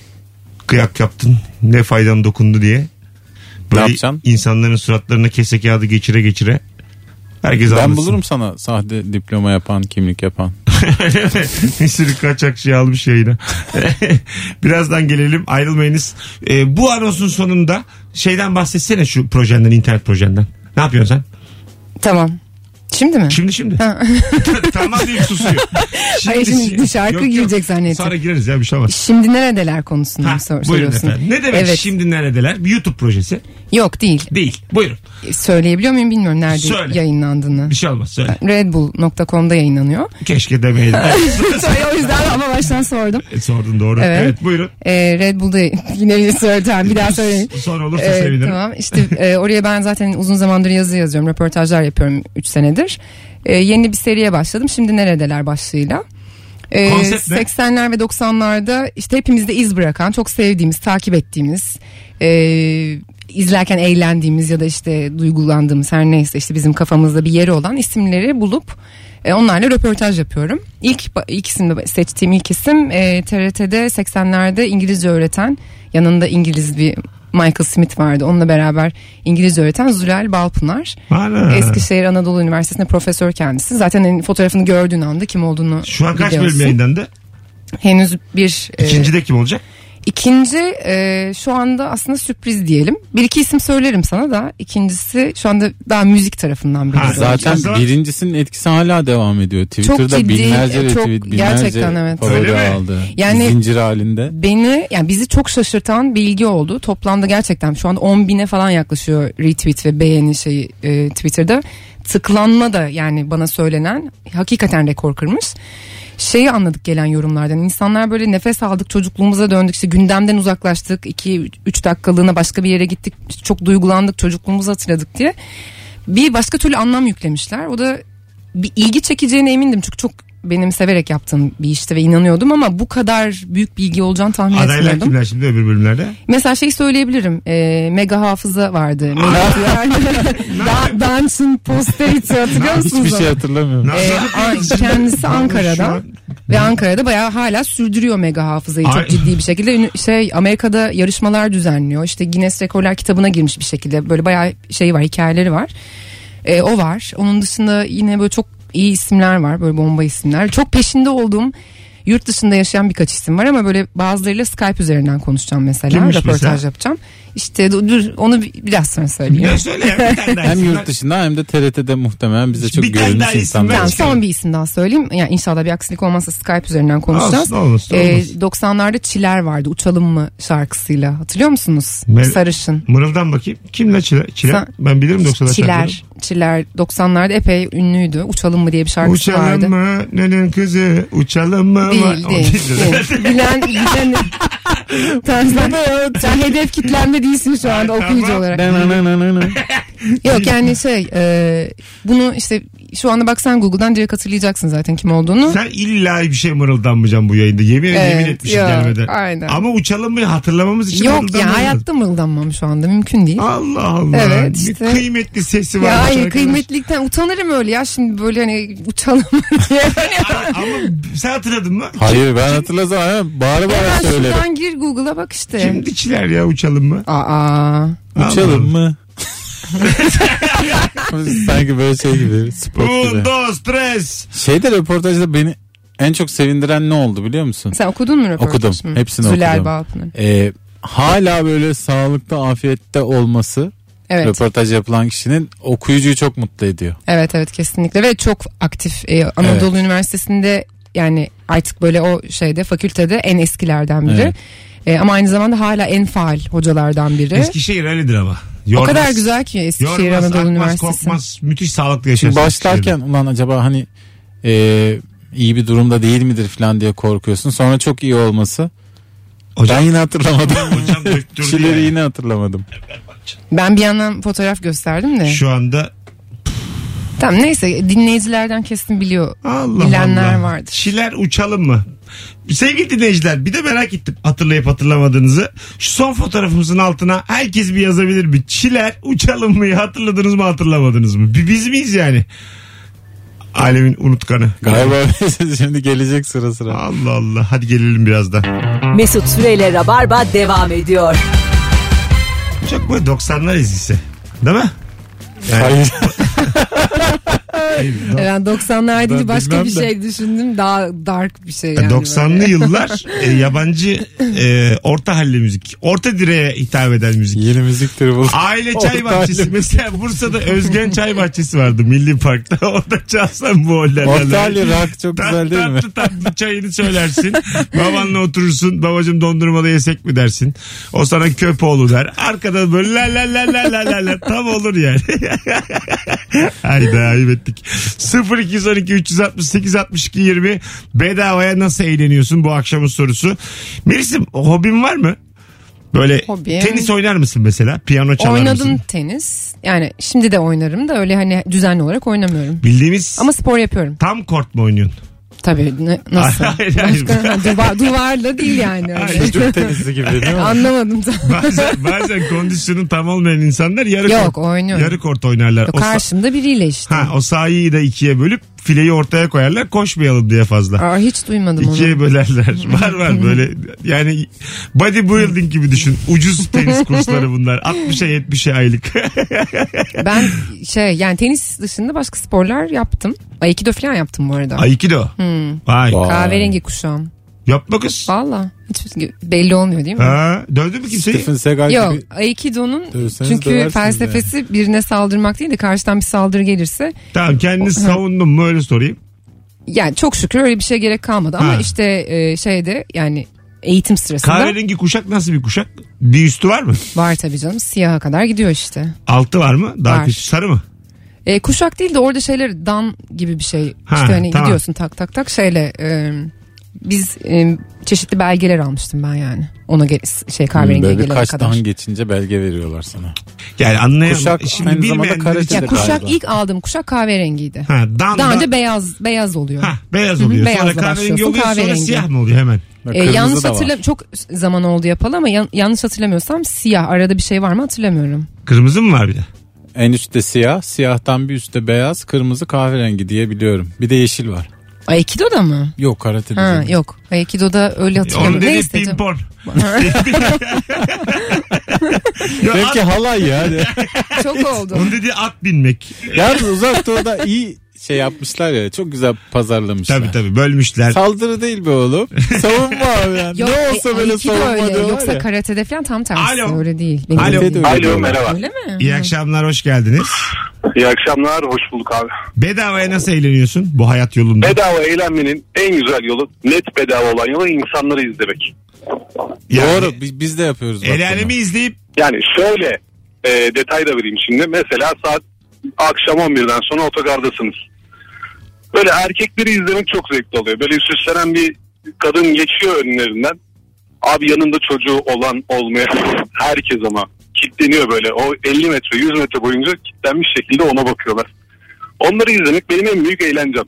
Speaker 2: kıyak yaptın ne faydan dokundu diye. Böyle
Speaker 3: yapacaksın?
Speaker 2: insanların suratlarına kese kağıdı geçire geçire. Herkes
Speaker 3: Ben
Speaker 2: anlasın.
Speaker 3: bulurum sana sahte diploma yapan, kimlik yapan.
Speaker 2: *laughs* Bir sürü kaçak şey almış yayına. *laughs* Birazdan gelelim ayrılmayınız. Ee, bu anonsun sonunda şeyden bahsetsene şu projenden internet projenden. Ne yapıyorsun sen?
Speaker 4: Tamam. Şimdi mi?
Speaker 2: Şimdi şimdi.
Speaker 4: Ha.
Speaker 2: *laughs* tamam deyip susuyor.
Speaker 4: Hayır, şimdi şarkı girecek zannettim.
Speaker 2: Sonra gireriz ya bir şey olmaz.
Speaker 4: Şimdi neredeler konusunu
Speaker 2: Ha,
Speaker 4: sor-
Speaker 2: buyurun
Speaker 4: soruyorsun.
Speaker 2: efendim. Ne demek
Speaker 4: Evet.
Speaker 2: şimdi neredeler? Bir YouTube projesi.
Speaker 4: Yok değil.
Speaker 2: Değil. Buyurun.
Speaker 4: Söyleyebiliyor muyum bilmiyorum nerede
Speaker 2: Söyle.
Speaker 4: yayınlandığını.
Speaker 2: Bir şey olmaz söyle. *laughs*
Speaker 4: Redbull.com'da yayınlanıyor.
Speaker 2: Keşke
Speaker 4: *laughs*
Speaker 2: demeyelim. Evet,
Speaker 4: Söyle, o yüzden ama baştan sordum.
Speaker 2: Sordun doğru. Evet,
Speaker 4: Evet.
Speaker 2: buyurun.
Speaker 4: Ee, Red Bull'da yine bir söyleyeceğim. Bir daha söyleyeyim.
Speaker 2: Son olursa
Speaker 4: Ee,
Speaker 2: sevinirim.
Speaker 4: Tamam işte e, oraya ben zaten uzun zamandır yazı yazıyorum. Röportajlar yapıyorum 3 senedir. E, yeni bir seriye başladım. Şimdi neredeler başlığıyla. E,
Speaker 2: Konsept ne?
Speaker 4: 80'ler ve 90'larda işte hepimizde iz bırakan, çok sevdiğimiz, takip ettiğimiz, e, izlerken eğlendiğimiz ya da işte duygulandığımız her neyse işte bizim kafamızda bir yeri olan isimleri bulup e, onlarla röportaj yapıyorum. İlk ba- ikisini seçtiğim ilk isim e, TRT'de 80'lerde İngilizce öğreten yanında İngiliz bir Michael Smith vardı. Onunla beraber İngilizce öğreten Zülal Balpınar.
Speaker 2: Ana.
Speaker 4: Eskişehir Anadolu Üniversitesi'nde profesör kendisi. Zaten hani fotoğrafını gördüğün anda kim olduğunu
Speaker 2: Şu an kaç
Speaker 4: biliyorsun.
Speaker 2: bölüm yayınlandı?
Speaker 4: Henüz bir e,
Speaker 2: İkinci de kim olacak?
Speaker 4: ikinci e, şu anda aslında sürpriz diyelim. Bir iki isim söylerim sana da. İkincisi şu anda daha müzik tarafından biri.
Speaker 2: Ha,
Speaker 3: *laughs* Zaten
Speaker 2: Yazılan-
Speaker 3: birincisinin etkisi hala devam ediyor. Twitter'da
Speaker 4: ciddi,
Speaker 3: binlerce
Speaker 4: e, çok-
Speaker 3: retweet, binlerce
Speaker 4: gerçekten evet.
Speaker 3: favori
Speaker 2: Öyle mi?
Speaker 3: aldı.
Speaker 4: Yani-
Speaker 3: Zincir halinde.
Speaker 4: Beni yani bizi çok şaşırtan bir ilgi oldu. Toplamda gerçekten şu anda 10 bine falan yaklaşıyor retweet ve beğeni şeyi e, Twitter'da. Tıklanma da yani bana söylenen hakikaten rekor kırmış. Şeyi anladık gelen yorumlardan. İnsanlar böyle nefes aldık çocukluğumuza döndük işte gündemden uzaklaştık. 2-3 dakikalığına başka bir yere gittik çok duygulandık çocukluğumuzu hatırladık diye. Bir başka türlü anlam yüklemişler. O da bir ilgi çekeceğine emindim çünkü çok benim severek yaptığım bir işti ve inanıyordum ama bu kadar büyük bir ilgi olacağını tahmin
Speaker 2: Adaylar
Speaker 4: etmiyordum.
Speaker 2: kimler şimdi öbür bölümlerde?
Speaker 4: Mesela şey söyleyebilirim. e, mega hafıza vardı.
Speaker 3: *laughs*
Speaker 4: Mega Dansın posteri hatırlıyor musunuz?
Speaker 3: Hiçbir şey
Speaker 2: *laughs*
Speaker 4: onu?
Speaker 3: hatırlamıyorum.
Speaker 2: Nasıl
Speaker 4: Ee,
Speaker 2: yapıyorsunuz
Speaker 4: An-
Speaker 2: şimdi?
Speaker 4: kendisi
Speaker 2: Vallahi şu
Speaker 4: Ankara'dan
Speaker 2: an-
Speaker 4: ve Ankara'da bayağı hala sürdürüyor mega hafızayı
Speaker 2: Ay.
Speaker 4: çok ciddi bir şekilde. Ünü- Şey Amerika'da yarışmalar düzenliyor. İşte Guinness Rekorlar kitabına girmiş bir şekilde. Böyle bayağı şey var, hikayeleri var. Ee, o var. Onun dışında yine böyle çok iyi isimler var. Böyle bomba isimler. Çok peşinde olduğum yurt dışında yaşayan birkaç isim var ama böyle bazılarıyla Skype üzerinden konuşacağım mesela.
Speaker 2: Kimmiş
Speaker 4: Röportaj
Speaker 2: mesela?
Speaker 4: yapacağım. İşte dur- dur onu bi- biraz sonra söyleyeyim.
Speaker 2: Ya söyle ya bir tane daha
Speaker 3: Hem
Speaker 2: isim
Speaker 3: yurt
Speaker 2: ver.
Speaker 3: dışında hem de TRT'de muhtemelen bize çok
Speaker 2: Bir tane daha
Speaker 3: görünmüş
Speaker 2: isim ver.
Speaker 3: insanlar.
Speaker 4: Tamam
Speaker 2: çıkıyorum.
Speaker 4: son bir isim daha söyleyeyim. Yani inşallah bir aksilik olmazsa Skype üzerinden konuşacağız.
Speaker 2: Olsun, olsun,
Speaker 4: Ee,
Speaker 2: olmasın.
Speaker 4: 90'larda Çiler vardı Uçalım mı şarkısıyla hatırlıyor musunuz?
Speaker 2: Mel-
Speaker 4: Sarışın.
Speaker 2: Mırıldan bakayım. Kimle çile? çile?
Speaker 4: Sen-
Speaker 2: ben bilirim 90'lar şarkıları.
Speaker 4: Çiler. Çiler 90'larda epey ünlüydü. Uçalım mı diye bir şarkısı vardı.
Speaker 2: Uçalım mı? Nenin kızı? Uçalım mı?
Speaker 4: Değil
Speaker 2: O değil.
Speaker 4: değil. *laughs* değil. Bilen, bilen. Sen, sen hedef kitlenme değilsin şu anda
Speaker 2: Tamam.
Speaker 4: okuyucu olarak. Yok yani şey e, bunu işte şu anda baksan Google'dan direkt hatırlayacaksın zaten kim olduğunu.
Speaker 2: Sen illa bir şey mırıldanmayacaksın bu yayında. Yemin,
Speaker 4: Ee,
Speaker 2: yemin etmişim
Speaker 4: yok,
Speaker 2: gelmeden.
Speaker 4: aynen.
Speaker 2: Ama uçalım mı hatırlamamız için
Speaker 4: Yok ya
Speaker 2: mırıldanmamız lazım.
Speaker 4: hayatta mırıldanmam şu anda mümkün değil.
Speaker 2: Allah Allah.
Speaker 4: Evet,
Speaker 2: Ne
Speaker 4: işte.
Speaker 2: Kıymetli sesi var.
Speaker 4: Ya
Speaker 2: bu
Speaker 4: hayır
Speaker 2: şarkının.
Speaker 4: kıymetlilikten utanırım öyle ya şimdi böyle hani utanırım *laughs* diye.
Speaker 2: Ama sen hatırladın mı?
Speaker 3: *laughs* Hayır ben hatırlasam hemen bağıra bağıra
Speaker 4: Hemen
Speaker 3: söylerim.
Speaker 4: şuradan gir Google'a bak işte.
Speaker 2: Şimdi çiler ya uçalım mı?
Speaker 4: Aa.
Speaker 3: Uçalım mı? Sanki böyle şey gibi. Spot gibi.
Speaker 2: Un, dos, tres.
Speaker 3: Şeyde röportajda beni en çok sevindiren ne oldu biliyor musun?
Speaker 4: Sen okudun mu röportaj
Speaker 3: Okudum.
Speaker 4: mı?
Speaker 3: Hepsini
Speaker 4: Zülal
Speaker 3: okudum.
Speaker 4: Bağpınar'ın.
Speaker 3: Ee, hala böyle sağlıkta afiyette olması
Speaker 4: Evet.
Speaker 3: röportaj yapılan kişinin okuyucuyu çok mutlu ediyor.
Speaker 4: Evet evet kesinlikle ve çok aktif Ee, Anadolu Üniversitesi'nde yani artık böyle o şeyde fakültede en eskilerden biri.
Speaker 3: Evet.
Speaker 4: Ee, ama aynı zamanda hala en faal hocalardan biri.
Speaker 2: Eskişehir öyledir ama.
Speaker 4: E? o
Speaker 2: Yormaz.
Speaker 4: kadar güzel ki Eskişehir
Speaker 2: Yormaz,
Speaker 4: Anadolu
Speaker 2: akmaz,
Speaker 4: Üniversitesi.
Speaker 2: korkmaz. Müthiş sağlıklı yaşarsın.
Speaker 3: Şimdi başlarken ulan acaba hani e, iyi bir durumda değil midir falan diye korkuyorsun. Sonra çok iyi olması.
Speaker 2: Hocam-
Speaker 3: ben yine hatırlamadım.
Speaker 4: *laughs*
Speaker 2: Hocam döktürdü
Speaker 3: *laughs* Kişileri
Speaker 2: yani.
Speaker 3: yine hatırlamadım.
Speaker 4: Ben bir yandan fotoğraf gösterdim de.
Speaker 2: Şu anda
Speaker 4: Tamam neyse dinleyicilerden kesin biliyor.
Speaker 2: Allah
Speaker 4: Bilenler
Speaker 2: Allah.
Speaker 4: vardır.
Speaker 2: Şiler uçalım mı? Sevgili dinleyiciler bir de merak ettim hatırlayıp hatırlamadığınızı. Şu son fotoğrafımızın altına herkes bir yazabilir mi? Çiler uçalım mı? Hatırladınız mı hatırlamadınız mı? Bir biz miyiz yani? Alemin unutkanı.
Speaker 3: Galiba *laughs* öyleyse şimdi gelecek sıra *laughs* sıra.
Speaker 2: Allah Allah. Hadi gelelim birazdan.
Speaker 1: Mesut Süreyle Rabarba devam ediyor.
Speaker 2: Çok böyle 90'lar ezgisi. Değil mi?
Speaker 3: Hayır.
Speaker 4: Ben 90'lar
Speaker 3: Ben
Speaker 4: deyince başka
Speaker 3: bilmem
Speaker 4: bir
Speaker 3: de. E,
Speaker 4: şey düşündüm. Daha dark bir şey yani.
Speaker 2: 90'lı
Speaker 4: böyle.
Speaker 2: yıllar e, yabancı e, orta halli müzik. Orta direğe hitap eden müzik.
Speaker 3: Yeni müzik türü bu.
Speaker 2: Aile
Speaker 3: Orta
Speaker 2: çay bahçesi.
Speaker 3: halli-
Speaker 2: Mesela Bursa'da Özgen çay bahçesi vardı Milli Park'ta. *laughs* Orada çalsan bu oller.
Speaker 3: Orta halli rock çok güzel değil mi?
Speaker 2: Tatlı tatlı çayını söylersin. Babanla oturursun. Babacım dondurmada yesek mi dersin. O sana köpoğlu der. Arkada böyle la la la la la la la. Tam olur yani. *laughs* Hayda ayıp ettik. 0212 368 62 20 bedavaya nasıl eğleniyorsun bu akşamın sorusu. Melis'im hobin var mı? Böyle
Speaker 4: Hobim.
Speaker 2: tenis oynar mısın mesela? Piyano çalar
Speaker 4: Oynadım
Speaker 2: mısın?
Speaker 4: tenis. Yani şimdi de oynarım da öyle hani düzenli olarak oynamıyorum.
Speaker 2: Bildiğimiz
Speaker 4: Ama spor yapıyorum.
Speaker 2: tam kort mu oynuyorsun?
Speaker 4: Tabii ne-
Speaker 2: *laughs*
Speaker 4: nasıl? *laughs*
Speaker 2: Hayır, hayır.
Speaker 4: Başka, duva- duvarla değil yani. öyle.
Speaker 3: Çocuk tenisi gibi değil mi?
Speaker 4: Anlamadım tam.
Speaker 2: Bazen, bazen kondisyonu tam olmayan insanlar yarı
Speaker 4: Yok
Speaker 2: kort,
Speaker 4: oynuyorum.
Speaker 2: yarı kort oynarlar.
Speaker 4: Yok,
Speaker 2: O sa-
Speaker 4: karşımda biriyle işte.
Speaker 2: Ha, o sahayı da ikiye bölüp fileyi ortaya koyarlar koşmayalım diye fazla.
Speaker 4: Aa, hiç duymadım onu.
Speaker 2: İkiye
Speaker 4: *laughs*
Speaker 2: bölerler. Var var böyle yani bodybuilding gibi düşün. Ucuz tenis kursları bunlar. 60'a 70'e aylık.
Speaker 4: *laughs* Ben şey yani tenis dışında başka sporlar yaptım. Aikido falan yaptım bu arada.
Speaker 2: Aikido.
Speaker 4: Hmm.
Speaker 2: Vay.
Speaker 3: Vay.
Speaker 4: Kahverengi kuşağım.
Speaker 2: Yapma kız.
Speaker 4: Valla. Hiç belli olmuyor değil mi?
Speaker 2: Ha, dövdü mü kimseyi?
Speaker 3: Stephen Seagal
Speaker 4: Yok
Speaker 3: gibi.
Speaker 4: Aikido'nun
Speaker 3: Dövseniz
Speaker 4: çünkü
Speaker 3: döversiniz
Speaker 4: felsefesi birine saldırmak değil de karşıdan bir saldırı gelirse
Speaker 2: Tamam kendini savundun mu öyle sorayım.
Speaker 4: yani çok şükür öyle bir şey gerek kalmadı ama
Speaker 2: Ha.
Speaker 4: işte e, şeyde yani eğitim sırasında
Speaker 2: Kahverengi kuşak nasıl bir kuşak? Bir üstü var mı?
Speaker 4: var tabii canım siyaha kadar gidiyor işte.
Speaker 2: Altı var mı? Daha
Speaker 4: Var.
Speaker 2: küçük sarı mı?
Speaker 4: E, kuşak değil de orada şeyler dan gibi bir şey.
Speaker 2: Ha,
Speaker 4: işte hani
Speaker 2: tamam.
Speaker 4: gidiyorsun tak tak tak şeyle e, biz e, çeşitli belgeler almıştım ben yani. Ona gel- şey kahverengiye
Speaker 3: Böyle
Speaker 4: gelene
Speaker 3: birkaç
Speaker 4: kadar.
Speaker 3: dan geçince belge veriyorlar sana.
Speaker 2: Yani anlayamam.
Speaker 3: Kuşak
Speaker 2: Şimdi
Speaker 3: aynı zamanda
Speaker 2: bilmeyenler
Speaker 3: kara
Speaker 2: için-
Speaker 4: Ya
Speaker 3: çizgi
Speaker 4: kuşak
Speaker 3: galiba.
Speaker 4: ilk aldığım kuşak kahverengiydi.
Speaker 2: Ha, dan,
Speaker 4: Daha
Speaker 2: dan-
Speaker 4: önce beyaz beyaz oluyor.
Speaker 2: Ha, beyaz
Speaker 4: Hı hı,
Speaker 2: oluyor. Sonra
Speaker 4: beyazla
Speaker 2: kahverengi
Speaker 4: başlıyorsun,
Speaker 2: oluyor sonra
Speaker 4: kahverengi.
Speaker 2: siyah mı oluyor hemen?
Speaker 3: Bak,
Speaker 4: Ee,
Speaker 3: kırmızı
Speaker 4: yanlış
Speaker 3: da var.
Speaker 4: hatırlam çok zaman oldu yapalı ama yan- yanlış hatırlamıyorsam siyah arada bir şey var mı hatırlamıyorum.
Speaker 2: Kırmızı mı var bir de?
Speaker 3: En üstte siyah, siyahtan bir üstte beyaz, kırmızı kahverengi diye biliyorum. Bir de yeşil var.
Speaker 4: Aikido'da mı?
Speaker 3: Yok karate
Speaker 4: Ha,
Speaker 3: dedi.
Speaker 4: yok. Aikido'da öyle
Speaker 2: Onun
Speaker 4: hatırlamıyorum.
Speaker 2: dedi
Speaker 4: Neyse. canım. *laughs*
Speaker 2: pimpon. Ya
Speaker 3: Belki
Speaker 2: at,
Speaker 3: halay ya.
Speaker 4: çok
Speaker 2: *laughs*
Speaker 4: oldu.
Speaker 2: onun dediği at binmek.
Speaker 3: Yalnız uzak doğuda iyi şey yapmışlar ya. Çok güzel pazarlamışlar.
Speaker 2: Tabii tabii bölmüşler.
Speaker 3: Saldırı değil
Speaker 2: *laughs*
Speaker 3: be oğlum. Savunma abi yani.
Speaker 4: Yok,
Speaker 3: ne olsa
Speaker 4: e,
Speaker 3: böyle
Speaker 4: Aikido
Speaker 3: savunma
Speaker 4: öyle.
Speaker 3: diyorlar
Speaker 4: Yoksa
Speaker 3: ya.
Speaker 4: karatede falan tam tersi.
Speaker 2: Alo.
Speaker 4: Öyle değil. Benim
Speaker 2: Alo.
Speaker 4: bildiğim.
Speaker 3: Karatede öyle
Speaker 5: Alo
Speaker 3: diyorlar.
Speaker 5: merhaba.
Speaker 4: Öyle mi?
Speaker 2: İyi akşamlar hoş geldiniz.
Speaker 5: İyi akşamlar, hoş bulduk abi.
Speaker 2: Bedavaya nasıl eğleniyorsun bu hayat yolunda?
Speaker 5: Bedava eğlenmenin en güzel yolu, net bedava olan yolu insanları izlemek.
Speaker 2: Yani
Speaker 3: Doğru biz, biz de yapıyoruz. bak
Speaker 2: El
Speaker 3: bunu.
Speaker 2: alemi izleyip
Speaker 5: Yani şöyle e, detay da vereyim şimdi. Mesela saat akşam 11'den sonra otogardasınız. Böyle erkekleri izlemek çok zevkli oluyor. Böyle süslenen bir kadın geçiyor önlerinden. Abi yanında çocuğu olan olmayan *laughs* herkes ama kitleniyor böyle. O 50 metre 100 metre boyunca kitlenmiş şekilde ona bakıyorlar. Onları izlemek benim en büyük eğlencem.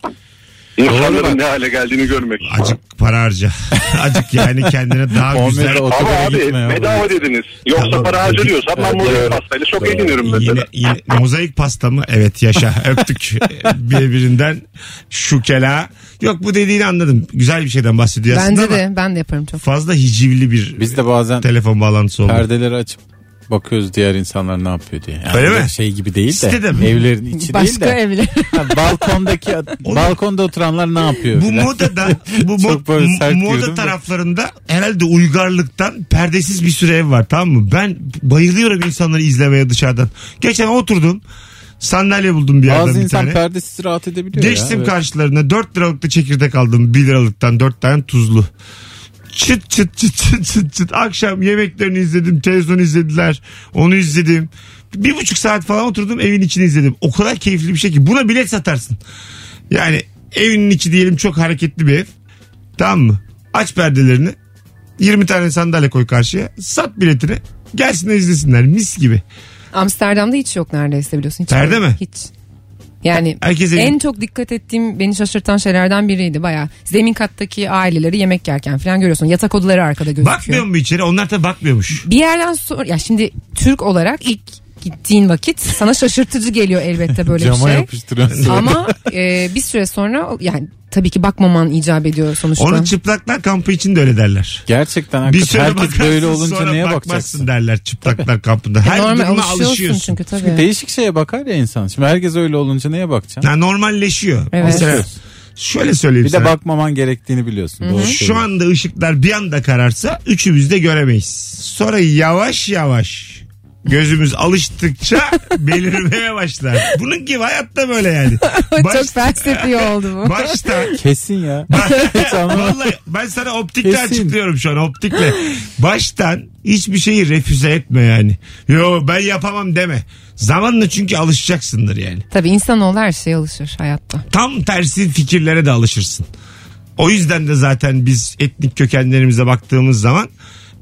Speaker 5: İnsanların ne hale geldiğini görmek.
Speaker 2: acık para harca. *laughs* acık yani kendine daha
Speaker 3: On
Speaker 2: güzel.
Speaker 3: metre o
Speaker 5: Ama
Speaker 3: kadar
Speaker 5: abi
Speaker 3: gitme ya.
Speaker 5: bedava dediniz.
Speaker 2: Tamam.
Speaker 5: Yoksa para harcıyorsan ben
Speaker 3: Evet,
Speaker 5: mozaik
Speaker 3: doğru.
Speaker 5: pastayla çok
Speaker 3: Doğru.
Speaker 5: eğleniyorum mesela.
Speaker 2: Yine, yine mozaik pasta mı? Evet yaşa
Speaker 3: *laughs*
Speaker 2: öptük birbirinden şu kela. Yok bu dediğini anladım. Güzel bir şeyden bahsediyor aslında
Speaker 4: Bence
Speaker 2: ama
Speaker 4: de ben de yaparım çok.
Speaker 2: fazla hicivli bir
Speaker 3: Biz de bazen
Speaker 2: telefon bağlantısı oldu.
Speaker 3: perdeleri açıp bakıyoruz diğer insanlar ne yapıyor diye. Yani
Speaker 2: Öyle mi?
Speaker 3: Şey gibi değil de.
Speaker 2: Sitede mi?
Speaker 3: Evlerin içi değil
Speaker 4: Başka
Speaker 3: de.
Speaker 4: evler. *laughs*
Speaker 3: Ha,
Speaker 2: *laughs*
Speaker 3: balkondaki balkonda oturanlar ne yapıyor?
Speaker 2: Bu
Speaker 3: filan. *laughs*
Speaker 2: modada bu
Speaker 3: Çok
Speaker 2: mod-
Speaker 3: böyle sert
Speaker 2: moda
Speaker 3: girdim de.
Speaker 2: taraflarında herhalde uygarlıktan perdesiz bir süre ev var tamam mı? Ben bayılıyorum insanları izlemeye dışarıdan. Geçen oturdum sandalye buldum bir yerden
Speaker 3: Bazı
Speaker 2: bir
Speaker 3: insan
Speaker 2: tane.
Speaker 3: perdesiz rahat edebiliyor
Speaker 2: Geçtim
Speaker 3: ya. Evet.
Speaker 2: karşılarına 4 liralıkta çekirdek aldım 1 liralıktan 4 tane tuzlu. Çıt çıt çıt çıt çıt çıt. Akşam yemeklerini izledim. Televizyon izlediler. Onu izledim. Bir buçuk saat falan oturdum evin içini izledim. O kadar keyifli bir şey ki. Buna bilet satarsın. Yani evinin içi diyelim çok hareketli bir ev. Tamam mı? Aç perdelerini. 20 tane sandalye koy karşıya. Sat biletini. Gelsinler izlesinler. Mis gibi.
Speaker 4: Amsterdam'da hiç yok neredeyse biliyorsun. Hiç
Speaker 2: Perde mi?
Speaker 4: Hiç. Yani
Speaker 2: Herkes evin-
Speaker 4: en çok dikkat ettiğim beni şaşırtan şeylerden biriydi baya. Zemin kattaki aileleri yemek yerken falan görüyorsun. Yatak odaları arkada gözüküyor.
Speaker 2: Bakmıyor mu içeri? Onlar da bakmıyormuş.
Speaker 4: Bir yerden sonra ya şimdi Türk olarak ilk gittiğin vakit sana şaşırtıcı geliyor elbette böyle bir
Speaker 3: Cama
Speaker 4: şey. *laughs*
Speaker 3: yapıştırıyorsun.
Speaker 4: Ama e, bir süre sonra yani tabii ki bakmaman icap ediyor sonuçta.
Speaker 2: Onu çıplaklar kampı için de öyle derler.
Speaker 3: Gerçekten
Speaker 2: Bir
Speaker 3: hakikaten
Speaker 2: süre
Speaker 3: herkes
Speaker 2: bakarsın,
Speaker 3: böyle olunca
Speaker 2: sonra
Speaker 3: neye
Speaker 2: bakmazsın
Speaker 3: bakacaksın?
Speaker 2: derler çıplaklar kampında. Her
Speaker 4: Normal
Speaker 2: duruma
Speaker 4: alışıyorsun,
Speaker 2: alışıyorsun.
Speaker 4: çünkü
Speaker 3: Çünkü
Speaker 4: tabii.
Speaker 3: değişik şeye bakar ya insan. Şimdi herkes öyle olunca neye bakacaksın?
Speaker 2: Ha, normalleşiyor.
Speaker 4: Evet.
Speaker 2: Mesela şöyle söyleyeyim
Speaker 3: Bir de
Speaker 2: sana.
Speaker 3: bakmaman gerektiğini biliyorsun. Doğru
Speaker 2: Şu
Speaker 3: söylüyorsun.
Speaker 2: anda ışıklar bir anda kararsa üçümüz de göremeyiz. Sonra yavaş yavaş gözümüz
Speaker 4: *laughs*
Speaker 2: alıştıkça belirmeye başlar. Bunun gibi hayatta böyle yani.
Speaker 4: Çok
Speaker 2: Baş,
Speaker 4: felsefi oldu bu.
Speaker 2: başta
Speaker 3: Kesin ya. *laughs* Hiç anlamadım.
Speaker 2: Vallahi ben sana optikle
Speaker 3: Kesin.
Speaker 2: açıklıyorum şu an optikle. Baştan hiçbir şeyi refüze etme yani. Yo ben yapamam deme. Zamanla çünkü alışacaksındır yani.
Speaker 4: Tabii insanoğlu her şeye alışır hayatta.
Speaker 2: Tam tersi fikirlere de alışırsın. O yüzden de zaten biz etnik kökenlerimize baktığımız zaman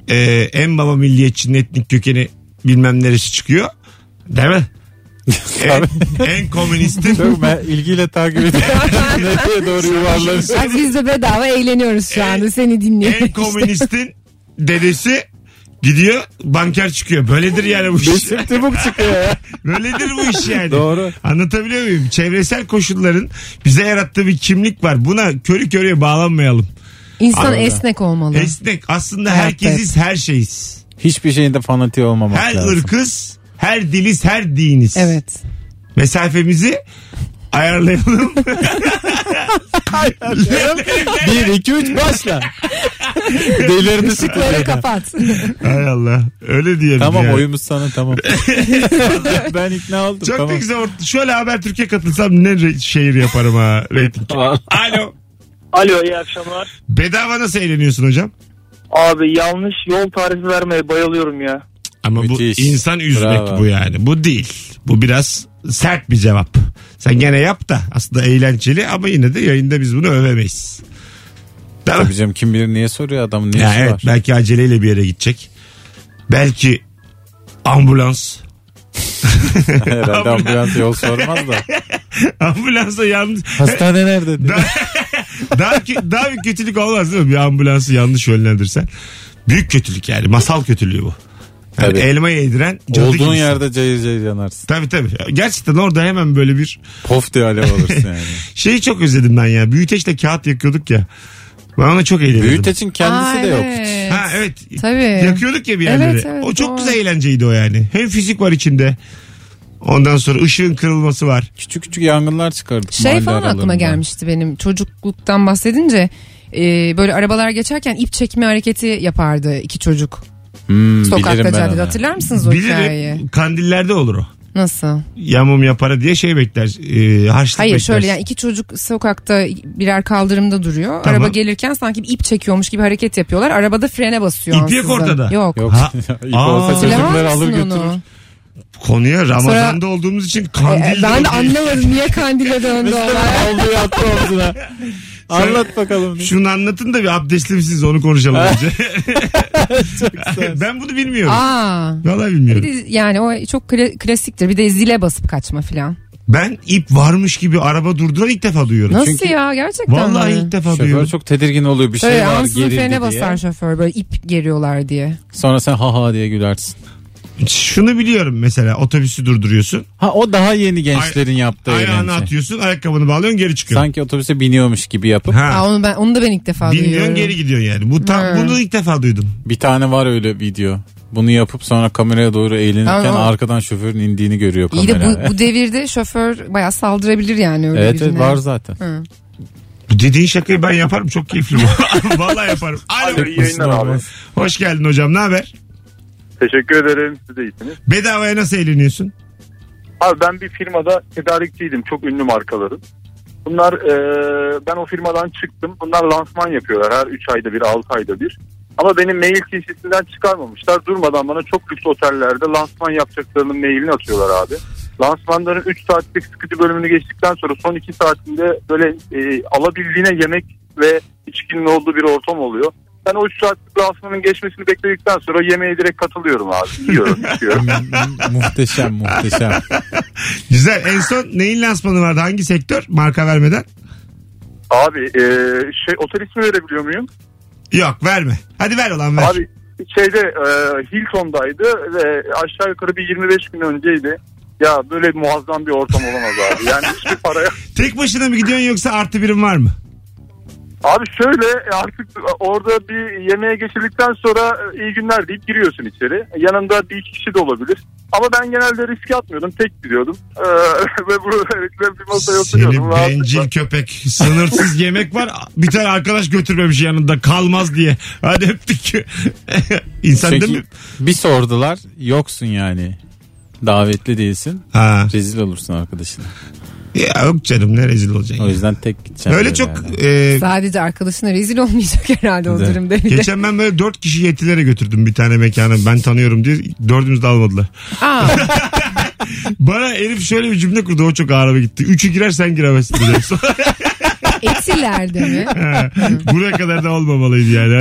Speaker 2: e, en baba milliyetçinin etnik kökeni bilmem neresi çıkıyor. Değil mi? en, en komünistin
Speaker 3: Çok ben ilgiyle
Speaker 2: *laughs*
Speaker 3: takip ediyorum. Nereye doğru yuvarlanır?
Speaker 4: Bak biz de bedava eğleniyoruz şu anda seni
Speaker 2: en
Speaker 4: dinliyoruz.
Speaker 2: komünistin dedesi gidiyor banker çıkıyor. Böyledir yani bu iş.
Speaker 3: Besim tübük çıkıyor ya.
Speaker 2: Böyledir bu iş yani.
Speaker 3: *laughs* Doğru.
Speaker 2: Anlatabiliyor muyum? Çevresel koşulların bize yarattığı bir kimlik var. Buna körü körüye bağlanmayalım.
Speaker 4: İnsan
Speaker 2: Arada.
Speaker 4: esnek olmalı.
Speaker 2: Esnek. Aslında
Speaker 4: Hayatta
Speaker 2: herkesiz, her şeyiz.
Speaker 3: Hiçbir şeyinde fanatiği olmamak
Speaker 2: Her
Speaker 3: lazım.
Speaker 2: ırkız, her diliz, her diniz.
Speaker 4: evet.
Speaker 2: Mesafemizi ayarlayalım.
Speaker 3: Bir, iki, üç başla. Delirini
Speaker 4: Böyle
Speaker 3: sıkıyor.
Speaker 4: kapat.
Speaker 2: *laughs* Hay Allah. Öyle diyelim
Speaker 3: Tamam
Speaker 2: yani.
Speaker 3: oyumuz sana
Speaker 2: *laughs*
Speaker 3: tamam. ben ikna oldum
Speaker 2: Çok da
Speaker 3: tamam.
Speaker 2: güzel. ort- Şöyle haber Türkiye katılsam ne re- şehir yaparım ha.
Speaker 3: *laughs*
Speaker 2: Reyting. Alo.
Speaker 5: Alo iyi akşamlar.
Speaker 2: Bedava nasıl eğleniyorsun hocam?
Speaker 5: Abi yanlış yol tarifi vermeye bayılıyorum ya.
Speaker 2: Ama
Speaker 3: Müthiş.
Speaker 2: bu insan üzmek
Speaker 3: Bravo.
Speaker 2: bu yani. Bu değil. Bu biraz sert bir cevap. Sen gene yap da aslında eğlenceli ama yine de yayında biz bunu övemeyiz. Değil mi?
Speaker 3: Tabii canım kim bilir niye soruyor adamın ne
Speaker 2: Ya
Speaker 3: işi
Speaker 2: evet
Speaker 3: var.
Speaker 2: belki aceleyle bir yere gidecek. Belki ambulans. *laughs*
Speaker 3: *laughs* Herhalde ambulans yol sormaz da.
Speaker 2: *laughs* Ambulansa yanlış.
Speaker 3: Hastane nerede? diye.
Speaker 2: Daha, kö- *laughs* daha bir kötülük olmaz değil mi? Bir ambulansı yanlış yönlendirsen. Büyük kötülük yani. Masal kötülüğü bu. Yani
Speaker 3: Tabii.
Speaker 2: Elma yediren cadı
Speaker 3: Olduğun
Speaker 2: gibisin.
Speaker 3: yerde cayır cayır yanarsın.
Speaker 2: Tabii tabii. Gerçekten orada hemen böyle bir
Speaker 3: Pof diye alev
Speaker 2: *laughs*
Speaker 3: alırsın yani.
Speaker 2: Şeyi çok özledim ben ya. Büyüteçle kağıt yakıyorduk ya. Ben ona çok eğleniyordum.
Speaker 3: Büyüteçin kendisi
Speaker 4: Aa,
Speaker 3: de yok.
Speaker 4: evet.
Speaker 2: Ha evet.
Speaker 4: Tabii.
Speaker 2: Yakıyorduk ya bir yerleri.
Speaker 4: Evet, evet,
Speaker 2: o çok
Speaker 4: doğru.
Speaker 2: güzel eğlenceydi o yani. Hem fizik var içinde. Ondan sonra ışığın kırılması var.
Speaker 3: Küçük küçük yangınlar çıkardık.
Speaker 4: Şey
Speaker 3: mahalle
Speaker 4: falan aklıma
Speaker 3: aralarında.
Speaker 4: gelmişti benim çocukluktan bahsedince e, böyle arabalar geçerken ip çekme hareketi yapardı iki çocuk.
Speaker 3: Hmm, bilirim
Speaker 4: Sokakta
Speaker 3: ben
Speaker 4: caddede
Speaker 3: onu.
Speaker 4: hatırlar mısınız o hikayeyi?
Speaker 2: Bilirim kandillerde olur o.
Speaker 4: Nasıl?
Speaker 2: Yamum yapara diye şey bekler. E, harçlık
Speaker 4: Hayır
Speaker 2: bekler.
Speaker 4: şöyle yani iki çocuk sokakta birer kaldırımda duruyor.
Speaker 2: Tamam.
Speaker 4: Araba gelirken sanki bir ip çekiyormuş gibi hareket yapıyorlar. Arabada frene basıyor
Speaker 2: İp yok
Speaker 4: ansızın.
Speaker 2: ortada.
Speaker 4: Yok.
Speaker 3: Yok. *laughs*
Speaker 2: Ha.
Speaker 3: İlk
Speaker 2: Aa.
Speaker 3: olsa çocuklar
Speaker 4: Hatırlamaz
Speaker 3: alır
Speaker 4: mısın
Speaker 3: götürür. *laughs*
Speaker 4: onu?
Speaker 2: Konuya Ramazan'da olduğumuz için kandil.
Speaker 4: E, ben de
Speaker 2: diyor.
Speaker 4: anlamadım niye kandile döndü olay.
Speaker 3: Havluyu attı
Speaker 2: *laughs*
Speaker 3: omzuna.
Speaker 2: Şey,
Speaker 3: Anlat bakalım.
Speaker 2: Şunu anlatın da bir abdestli misiniz onu konuşalım önce.
Speaker 4: *laughs*
Speaker 2: ben bunu bilmiyorum.
Speaker 4: Aa.
Speaker 2: Vallahi
Speaker 4: Bir
Speaker 2: bilmiyorum.
Speaker 4: de yani o çok kla- klasiktir. Bir de zile basıp kaçma falan.
Speaker 2: Ben ip varmış gibi araba durduran ilk defa duyuyorum.
Speaker 4: Nasıl
Speaker 3: Çünkü-
Speaker 4: ya gerçekten
Speaker 2: E Vallahi
Speaker 4: mi?
Speaker 2: ilk defa
Speaker 3: Şoför
Speaker 2: duyuyorum.
Speaker 3: çok tedirgin oluyor bir şey
Speaker 4: Böyle
Speaker 3: var
Speaker 4: ansızın
Speaker 3: gerildi diye.
Speaker 4: frene basar şoför böyle ip geriyorlar diye.
Speaker 3: Sonra sen ha ha diye gülersin.
Speaker 2: Şunu biliyorum mesela otobüsü durduruyorsun.
Speaker 3: Ha o daha yeni gençlerin yaptığı
Speaker 2: Ayağını
Speaker 3: eğlence.
Speaker 2: atıyorsun ayakkabını bağlıyorsun geri çıkıyorsun.
Speaker 3: Sanki otobüse biniyormuş gibi yapıp
Speaker 2: Ha.
Speaker 4: Aa, onu ben onu da ben ilk defa
Speaker 2: Binmiyorsun
Speaker 4: duyuyorum.
Speaker 2: geri gidiyorsun yani. Bu tam
Speaker 4: Hmm.
Speaker 2: bunu ilk defa duydum.
Speaker 3: bir tane var öyle video. Bunu yapıp sonra kameraya doğru eğlenirken
Speaker 4: Ama-
Speaker 3: arkadan şoförün indiğini görüyor kamera.
Speaker 4: İyi de bu, bu devirde şoför bayağı saldırabilir yani öyle
Speaker 3: evet, evet
Speaker 4: birine.
Speaker 2: *laughs*
Speaker 3: var zaten.
Speaker 4: Hı.
Speaker 2: Bu dediğin şakayı ben yaparım çok keyifli bu. *laughs* Vallahi yaparım. Alo.
Speaker 5: Alo. Yayınlar abi.
Speaker 3: Olmaz.
Speaker 2: Hoş geldin hocam ne haber?
Speaker 5: Teşekkür ederim siz de iyisiniz.
Speaker 2: Bedavaya nasıl eğleniyorsun?
Speaker 5: Abi ben bir firmada tedarikçiydim. Çok ünlü markaların. Bunlar eee, ben o firmadan çıktım. Bunlar lansman yapıyorlar her 3 ayda bir 6 ayda bir. Ama benim mail CC'sinden çıkarmamışlar. Durmadan bana çok lüks otellerde lansman yapacaklarının mailini atıyorlar abi. Lansmanların 3 saatlik sıkıcı bölümünü geçtikten sonra son 2 saatinde böyle eee, alabildiğine yemek ve içkinin olduğu bir ortam oluyor. Ben o 3 saatlik lansmanın geçmesini bekledikten sonra yemeğe direkt katılıyorum abi. Yiyorum, içiyorum.
Speaker 2: *laughs*
Speaker 3: muhteşem muhteşem.
Speaker 2: Güzel. En son neyin lansmanı vardı? Hangi sektör? Marka vermeden.
Speaker 5: Abi eee, şey e, otel ismi verebiliyor muyum?
Speaker 2: Yok verme. Hadi ver ulan ver.
Speaker 5: Abi şeyde e, Hilton'daydı ve aşağı yukarı bir 25 gün önceydi. Ya böyle muazzam bir ortam olamaz abi.
Speaker 2: *laughs*
Speaker 5: Yani hiçbir paraya.
Speaker 2: Tek başına mı gidiyorsun yoksa artı birim var mı?
Speaker 5: Abi şöyle artık orada bir yemeğe geçirdikten sonra e, iyi günler deyip giriyorsun içeri. Yanında bir iki kişi de olabilir. Ama ben genelde riske atmıyordum. Tek gidiyordum. Ee, *laughs* ve bu ve bir masaya oturuyordum.
Speaker 2: Senin
Speaker 5: rahatlıkla.
Speaker 2: bencil köpek. Sınırsız yemek var. Bir tane arkadaş götürmemiş yanında kalmaz diye. Hadi öptük. *laughs* İnsan
Speaker 3: Çünkü
Speaker 2: değil mi?
Speaker 3: bir sordular yoksun yani. Davetli değilsin.
Speaker 2: Ha.
Speaker 3: Rezil olursun arkadaşına.
Speaker 2: Ya yok canım ne rezil olacak.
Speaker 3: O yüzden tek gideceğim.
Speaker 2: Öyle
Speaker 3: böyle
Speaker 2: çok
Speaker 3: yani.
Speaker 2: e,
Speaker 4: Sadece arkadaşına rezil olmayacak herhalde o
Speaker 3: Evet.
Speaker 4: durumda bir de.
Speaker 2: Geçen ben böyle dört kişi yetilere götürdüm bir tane mekana ben tanıyorum diye dördümüz de almadılar.
Speaker 4: Aa,
Speaker 2: *laughs* Bana Elif şöyle bir cümle kurdu o çok ağrıma gitti. Üçü girer sen giremezsin dedi.
Speaker 4: *laughs*
Speaker 2: Sonra,
Speaker 3: *laughs*
Speaker 4: etilerde mi?
Speaker 2: ha, *laughs* Buraya kadar da olmamalıydı yani.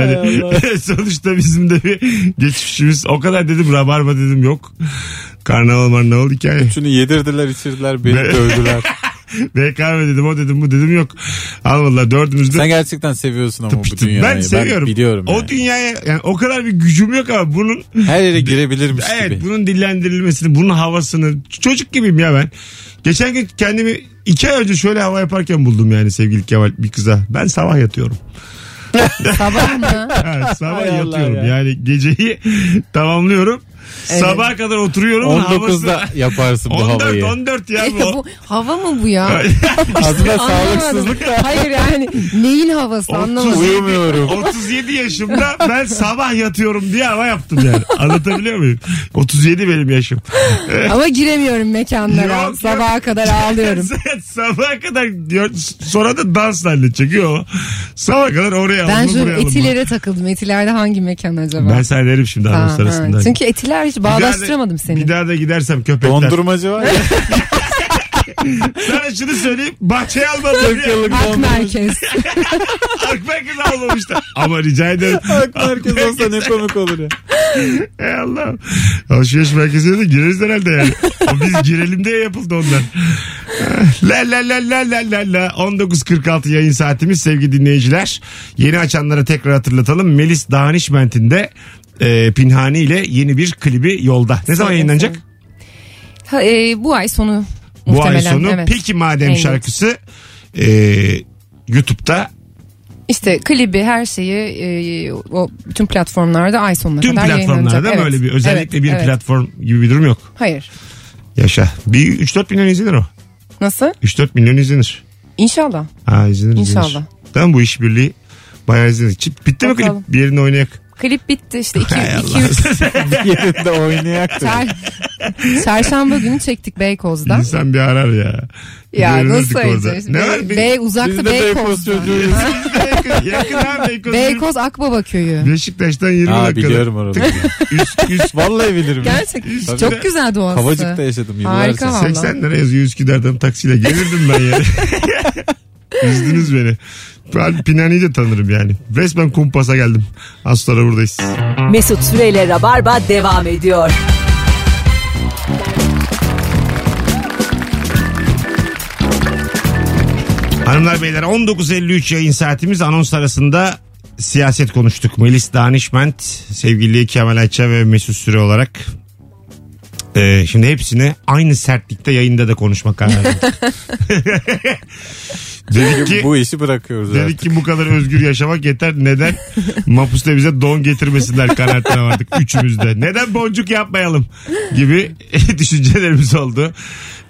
Speaker 2: Hani, *laughs* sonuçta bizim de bir geçmişimiz o kadar dedim rabarba dedim yok. Karnaval marnaval hikaye. *laughs*
Speaker 3: Şunu yedirdiler içirdiler beni dövdüler.
Speaker 2: BKM dedim o dedim bu dedim yok. Almadılar dördümüz de
Speaker 3: Sen gerçekten seviyorsun ama bu
Speaker 2: pıtım. *laughs*
Speaker 3: dünyayı.
Speaker 2: ben seviyorum.
Speaker 3: biliyorum
Speaker 2: O
Speaker 3: yani.
Speaker 2: dünyaya yani o kadar bir gücüm yok ama bunun
Speaker 3: Her yere girebilirmiş
Speaker 2: Evet
Speaker 3: gibi.
Speaker 2: bunun dillendirilmesini, bunun havasını. Çocuk gibiyim ya ben. Geçen gün kendimi iki ay önce şöyle hava yaparken buldum yani sevgili Kemal bir kıza. Ben sabah yatıyorum.
Speaker 4: *laughs*
Speaker 2: *laughs*
Speaker 4: Sabah mı?
Speaker 2: Ha, sabah
Speaker 3: Hay Allah
Speaker 2: yatıyorum.
Speaker 3: ya.
Speaker 2: Yani geceyi *laughs* tamamlıyorum.
Speaker 4: Evet.
Speaker 2: Sabaha kadar oturuyorum.
Speaker 3: 19'da yaparsın bu
Speaker 2: 14
Speaker 3: havayı.
Speaker 2: 14 ya
Speaker 4: E,
Speaker 2: bu.
Speaker 4: bu hava mı bu ya? *laughs* şey
Speaker 3: Aslında
Speaker 4: Anlamadım.
Speaker 3: sağlıksızlık
Speaker 4: Hayır yani neyin havası anlamadım.
Speaker 3: uyumuyorum.
Speaker 2: 37 yaşımda ben sabah yatıyorum diye hava yaptım yani. Anlatabiliyor muyum? 37 benim yaşım.
Speaker 4: Ama giremiyorum mekanlara.
Speaker 2: Yok, yok.
Speaker 4: Sabaha
Speaker 2: *laughs*
Speaker 4: kadar ağlıyorum.
Speaker 2: Sabaha kadar diyor, sonra da dans halledecek. Yo. Sabaha kadar oraya
Speaker 4: ben
Speaker 2: alınma,
Speaker 4: şu an
Speaker 2: buraya alınma.
Speaker 4: etilere takıldım. Etilerde hangi mekan acaba?
Speaker 2: Ben sana derim şimdi
Speaker 4: Ha,
Speaker 2: anons
Speaker 4: ha.
Speaker 2: arasında.
Speaker 4: Çünkü etiler hiç
Speaker 2: Bir daha da-
Speaker 4: bağdaştıramadım seni.
Speaker 2: Bir daha da gidersem köpekler.
Speaker 3: Dondurmacı var ya.
Speaker 2: Sana şunu söyleyeyim. Bahçeye almadılar.
Speaker 3: Kırk yıllık
Speaker 4: Ak
Speaker 3: dondurmacı.
Speaker 4: merkez.
Speaker 2: Akmerkez almamışlar. Ama rica ederim.
Speaker 3: Ak merkez olsa ne komik olur ya.
Speaker 2: Ey Allah'ım. Alışveriş merkezine de gireriz herhalde yani. O biz
Speaker 4: *laughs*
Speaker 2: girelim diye yapıldı onlar. La la la la la la la. 19.46 yayın saatimiz sevgili dinleyiciler. Yeni açanlara tekrar hatırlatalım. Melis Danişment'in de e, Pinhani ile yeni bir klibi yolda. *laughs* Ne zaman yayınlanacak?
Speaker 4: Ha, e, bu ay sonu
Speaker 2: Bu ay
Speaker 4: muhtemelen.
Speaker 2: sonu.
Speaker 4: evet.
Speaker 2: Peki madem
Speaker 4: Evet.
Speaker 2: şarkısı e, YouTube'da
Speaker 4: İşte klibi her şeyi e, o bütün platformlarda ay sonuna
Speaker 2: tüm
Speaker 4: kadar
Speaker 2: platformlarda
Speaker 4: yayınlanacak.
Speaker 2: böyle
Speaker 4: Evet,
Speaker 2: bir özellikle
Speaker 4: evet,
Speaker 2: bir
Speaker 4: evet.
Speaker 2: platform gibi bir durum yok.
Speaker 4: Hayır.
Speaker 2: Yaşa. Bir 3-4 milyon izlenir o.
Speaker 4: Nasıl?
Speaker 2: 3-4 milyon izlenir.
Speaker 4: İnşallah.
Speaker 2: Ha izlenir.
Speaker 4: İnşallah.
Speaker 2: izlenir. Tamam bu işbirliği bayağı izlenir. Çip- Bitti mi
Speaker 4: Bakalım.
Speaker 2: klip? Bir yerinde oynayak.
Speaker 4: Klip bitti işte
Speaker 2: Hay *laughs*
Speaker 4: 2
Speaker 2: Allah.
Speaker 4: 3
Speaker 3: Yerinde oynayacaktı.
Speaker 4: Çar- Çarşamba günü çektik Beykoz'da.
Speaker 2: İnsan bir arar ya.
Speaker 4: ya
Speaker 2: Görünürdük
Speaker 4: nasıl
Speaker 2: orada.
Speaker 4: söyleyeceğiz?
Speaker 2: Ne
Speaker 4: Bey-
Speaker 2: var? Bir-
Speaker 4: Bey,
Speaker 3: Biz de
Speaker 4: uzakta
Speaker 3: Beykoz
Speaker 4: Beykoz'dan. *laughs*
Speaker 3: çocuğuyuz.
Speaker 2: yakın, yakın ha Beykoz.
Speaker 4: Beykoz Akbaba köyü.
Speaker 2: Beşiktaş'tan 20
Speaker 3: Aa,
Speaker 2: dakika. *laughs*
Speaker 3: biliyorum orada.
Speaker 2: Üst, üst,
Speaker 3: Vallahi bilirim.
Speaker 4: Gerçekten
Speaker 3: Tabii.
Speaker 4: çok güzel doğası.
Speaker 3: Kavacık'ta yaşadım yıllar
Speaker 4: Harika
Speaker 3: sonra.
Speaker 4: valla.
Speaker 2: 80 lira yazıyor Üsküdar'dan taksiyle. Gelirdim ben
Speaker 4: *laughs*
Speaker 2: yani. Üzdünüz beni. Ben Pinani'yi de tanırım yani. Resmen kumpasa geldim. Az sonra buradayız.
Speaker 1: Mesut Süreyle Rabarba devam ediyor.
Speaker 2: Hanımlar beyler 19.53 yayın saatimiz anons arasında siyaset konuştuk. Melis Danişment, sevgili Kemal Ayça ve Mesut Süre olarak. Ee, şimdi hepsini aynı sertlikte yayında da konuşmak kararı aldık. dedik ki,
Speaker 3: Bu işi bırakıyoruz
Speaker 2: dedik
Speaker 3: artık.
Speaker 2: ki bu kadar özgür yaşamak yeter. Neden? Mapusta bize don getirmesinler kanaatine vardık üçümüzde. Neden boncuk yapmayalım gibi *laughs* düşüncelerimiz oldu.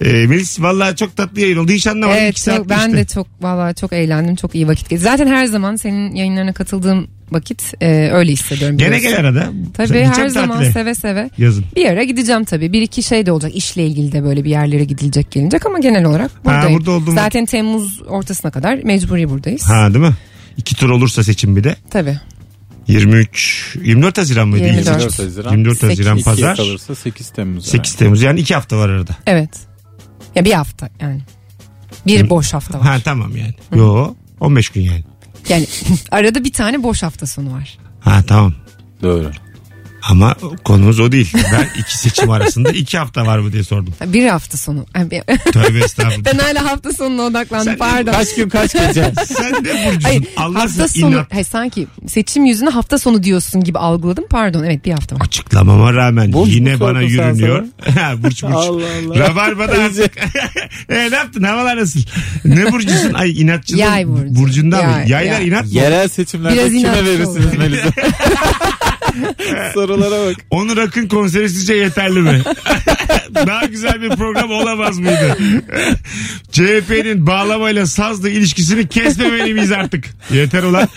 Speaker 2: Ee, Melis valla çok tatlı yayın oldu. Hiç anlamadım.
Speaker 4: Evet
Speaker 2: İki saat
Speaker 4: çok, ben
Speaker 2: geçti.
Speaker 4: de çok valla çok eğlendim. Çok iyi vakit geçti. Zaten her zaman senin yayınlarına katıldığım vakit e, öyle hissediyorum.
Speaker 2: Gene
Speaker 4: biliyorsun.
Speaker 2: gel arada.
Speaker 4: Tabii
Speaker 2: Sen
Speaker 4: her
Speaker 2: gideceğim
Speaker 4: zaman
Speaker 2: tatile
Speaker 4: seve seve.
Speaker 2: Yazın.
Speaker 4: Bir yere gideceğim tabii. Bir iki şey de olacak. İşle ilgili de böyle bir yerlere gidilecek gelinecek ama genel olarak buradayım.
Speaker 2: burada olduğum-
Speaker 4: Zaten Temmuz ortasına kadar mecburi buradayız.
Speaker 2: Ha değil mi? İki tur olursa seçim bir de.
Speaker 4: Tabii.
Speaker 2: 23, 24 Haziran mıydı?
Speaker 4: 24
Speaker 2: İlk seçim?
Speaker 3: 24 Haziran.
Speaker 2: 24 Haziran
Speaker 3: İkiye
Speaker 2: pazar.
Speaker 3: kalırsa 8 Temmuz.
Speaker 2: 8 Temmuz yani iki hafta var arada.
Speaker 4: Evet. Ya bir hafta yani. Bir boş hafta var.
Speaker 2: Ha tamam yani. Yo 15 gün yani.
Speaker 4: *laughs* Yani arada bir tane boş hafta sonu var.
Speaker 2: Ha tamam.
Speaker 3: Doğru.
Speaker 2: Ama konumuz o değil. Ben iki seçim arasında iki hafta var mı diye sordum.
Speaker 4: Bir hafta sonu. *laughs* Ay, bir-
Speaker 2: Tövbe estağfurullah.
Speaker 4: *laughs* ben hala hafta sonuna odaklandım
Speaker 2: Sen-
Speaker 4: pardon.
Speaker 3: Kaç gün kaç gece?
Speaker 2: Sen de burcusun.
Speaker 4: Hayır,
Speaker 2: Allah
Speaker 4: hafta
Speaker 2: seni
Speaker 4: sonu
Speaker 2: inat.
Speaker 4: hayır, sanki seçim yüzüne hafta sonu diyorsun gibi algıladım. Pardon evet bir hafta var.
Speaker 2: Açıklamama rağmen
Speaker 3: Burç mu
Speaker 2: yine bana
Speaker 3: sordun sen
Speaker 2: yürünüyor. *laughs* Ha, burç burç.
Speaker 3: Allah Allah.
Speaker 2: Rabarba'da artık.
Speaker 4: şey-
Speaker 2: *laughs* e, ne yaptın? Havalar nasıl? Ne burcusun? Ay inatçılığın
Speaker 4: *laughs* Yay burcu.
Speaker 2: burcunda mı?
Speaker 4: Yay,
Speaker 2: Yaylar
Speaker 4: yay.
Speaker 2: inat mı?
Speaker 3: *laughs* Yerel seçimlerde
Speaker 4: Biraz
Speaker 3: kime
Speaker 4: inatçı
Speaker 3: verirsiniz
Speaker 4: oldu. *laughs*
Speaker 3: Melisa? Sorulara bak.
Speaker 2: Onur Akın konseri sizce yeterli mi? Daha güzel bir program olamaz mıydı? CHP'nin bağlamayla sazla ilişkisini kesmemeli miyiz artık? Yeter ulan.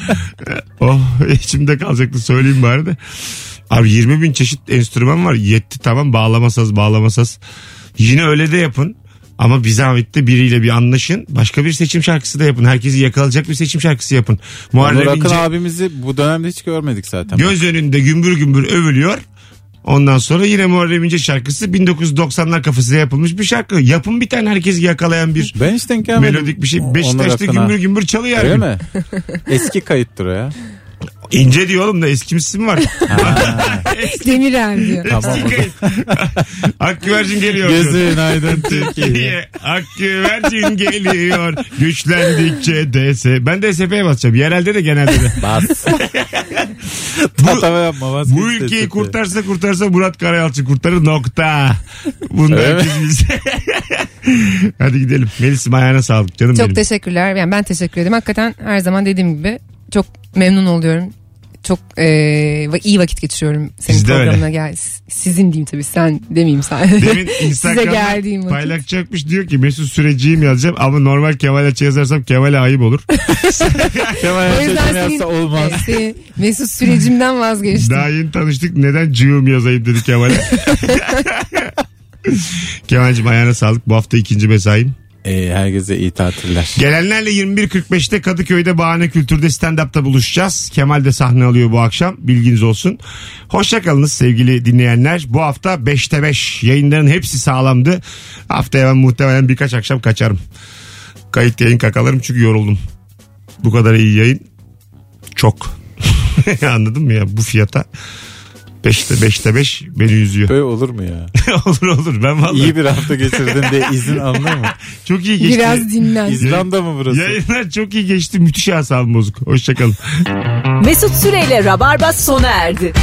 Speaker 2: oh içimde kalacaktı söyleyeyim bari de. Abi 20 bin çeşit enstrüman var. Yetti tamam bağlama saz bağlama saz. Yine öyle de yapın. Ama bir zahmet de biriyle bir anlaşın. Başka bir seçim şarkısı da yapın. Herkesi yakalayacak bir seçim şarkısı yapın.
Speaker 3: Onur
Speaker 2: Muharrem
Speaker 3: Akın
Speaker 2: İnce
Speaker 3: abimizi bu dönemde hiç görmedik zaten.
Speaker 2: Göz önünde gümbür gümbür övülüyor. Ondan sonra yine Muharrem İnce şarkısı 1990'lar kafasıyla yapılmış bir şarkı. Yapın bir tane herkesi yakalayan bir
Speaker 3: ben hiç denk gelmedim.
Speaker 2: melodik bir
Speaker 3: Onur
Speaker 2: şey. Beşiktaş'ta
Speaker 3: Akın'a.
Speaker 2: gümbür gümbür çalıyor. her
Speaker 3: Öyle
Speaker 2: gün.
Speaker 3: mi? *laughs* Eski kayıttır o ya.
Speaker 2: İnce diyor oğlum da eskimsi mi
Speaker 3: *laughs*
Speaker 2: var?
Speaker 4: *laughs* Demirel diyor.
Speaker 3: Tamam.
Speaker 2: Eski kayıt. *laughs* Akgüvercin geliyor. diyor. *laughs*
Speaker 3: Gözün aydın Türkiye.
Speaker 2: Türkiye Akgüvercin geliyor. Güçlendikçe DS. Ben DSP'ye basacağım. Yerelde de genelde
Speaker 3: *laughs*
Speaker 2: de.
Speaker 3: Bas.
Speaker 2: *laughs* Bu,
Speaker 3: *laughs* Tatava yapma bas.
Speaker 2: Bu ülkeyi kurtarsa kurtarsa Murat Karayalçı kurtarır nokta. *laughs* Bunu da
Speaker 3: Öyle mi?
Speaker 2: herkes bilse. *laughs* Hadi gidelim. Melis'im ayağına sağlık canım
Speaker 4: Çok
Speaker 2: benim.
Speaker 4: teşekkürler. Yani ben teşekkür ederim. Hakikaten her zaman dediğim gibi çok memnun oluyorum. Çok eee, va- iyi vakit geçiriyorum senin
Speaker 2: Biz de öyle.
Speaker 4: programına gel. s- Sizin diyeyim tabii sen demeyeyim sadece.
Speaker 2: Demin
Speaker 4: geldiğim
Speaker 2: Instagram'da
Speaker 4: vakit.
Speaker 2: paylaşacakmış diyor ki Mesut Süreci'yim yazacağım ama normal Kemal Açı yazarsam Kemal'e ayıp
Speaker 4: *laughs*
Speaker 2: olur.
Speaker 4: *laughs* O yüzden senin-
Speaker 3: olmaz.
Speaker 4: Evet, senin Mesut sürecimden vazgeçtim.
Speaker 2: Daha yeni tanıştık neden cığım yazayım dedi Kemal'e. *laughs* Kemal'cim ayağına sağlık. Bu hafta ikinci mesain.
Speaker 3: Ee, herkese iyi tatiller.
Speaker 2: Gelenlerle 21.45'te Kadıköy'de Bahane Kültür'de stand-up'ta buluşacağız. Kemal de sahne alıyor bu akşam. Bilginiz olsun. Hoşçakalınız sevgili dinleyenler. Bu hafta 5'te 5 yayınların hepsi sağlamdı. Haftaya ben muhtemelen birkaç akşam kaçarım. Kayıt yayın kakalarım çünkü yoruldum. Bu kadar iyi yayın çok. *laughs* Anladın mı ya bu fiyata? 5'te 5'te 5 beni üzüyor.
Speaker 3: Böyle olur mu ya?
Speaker 2: olur olur ben *laughs* vallahi
Speaker 3: İyi bir hafta geçirdin diye izin alınır mı?
Speaker 2: çok iyi geçti.
Speaker 4: Biraz dinlen.
Speaker 3: İzlanda mı burası?
Speaker 2: Yayınlar çok iyi geçti. Müthiş asabım bozuk. Hoşçakalın.
Speaker 1: Mesut Süreyle Rabarba sona erdi.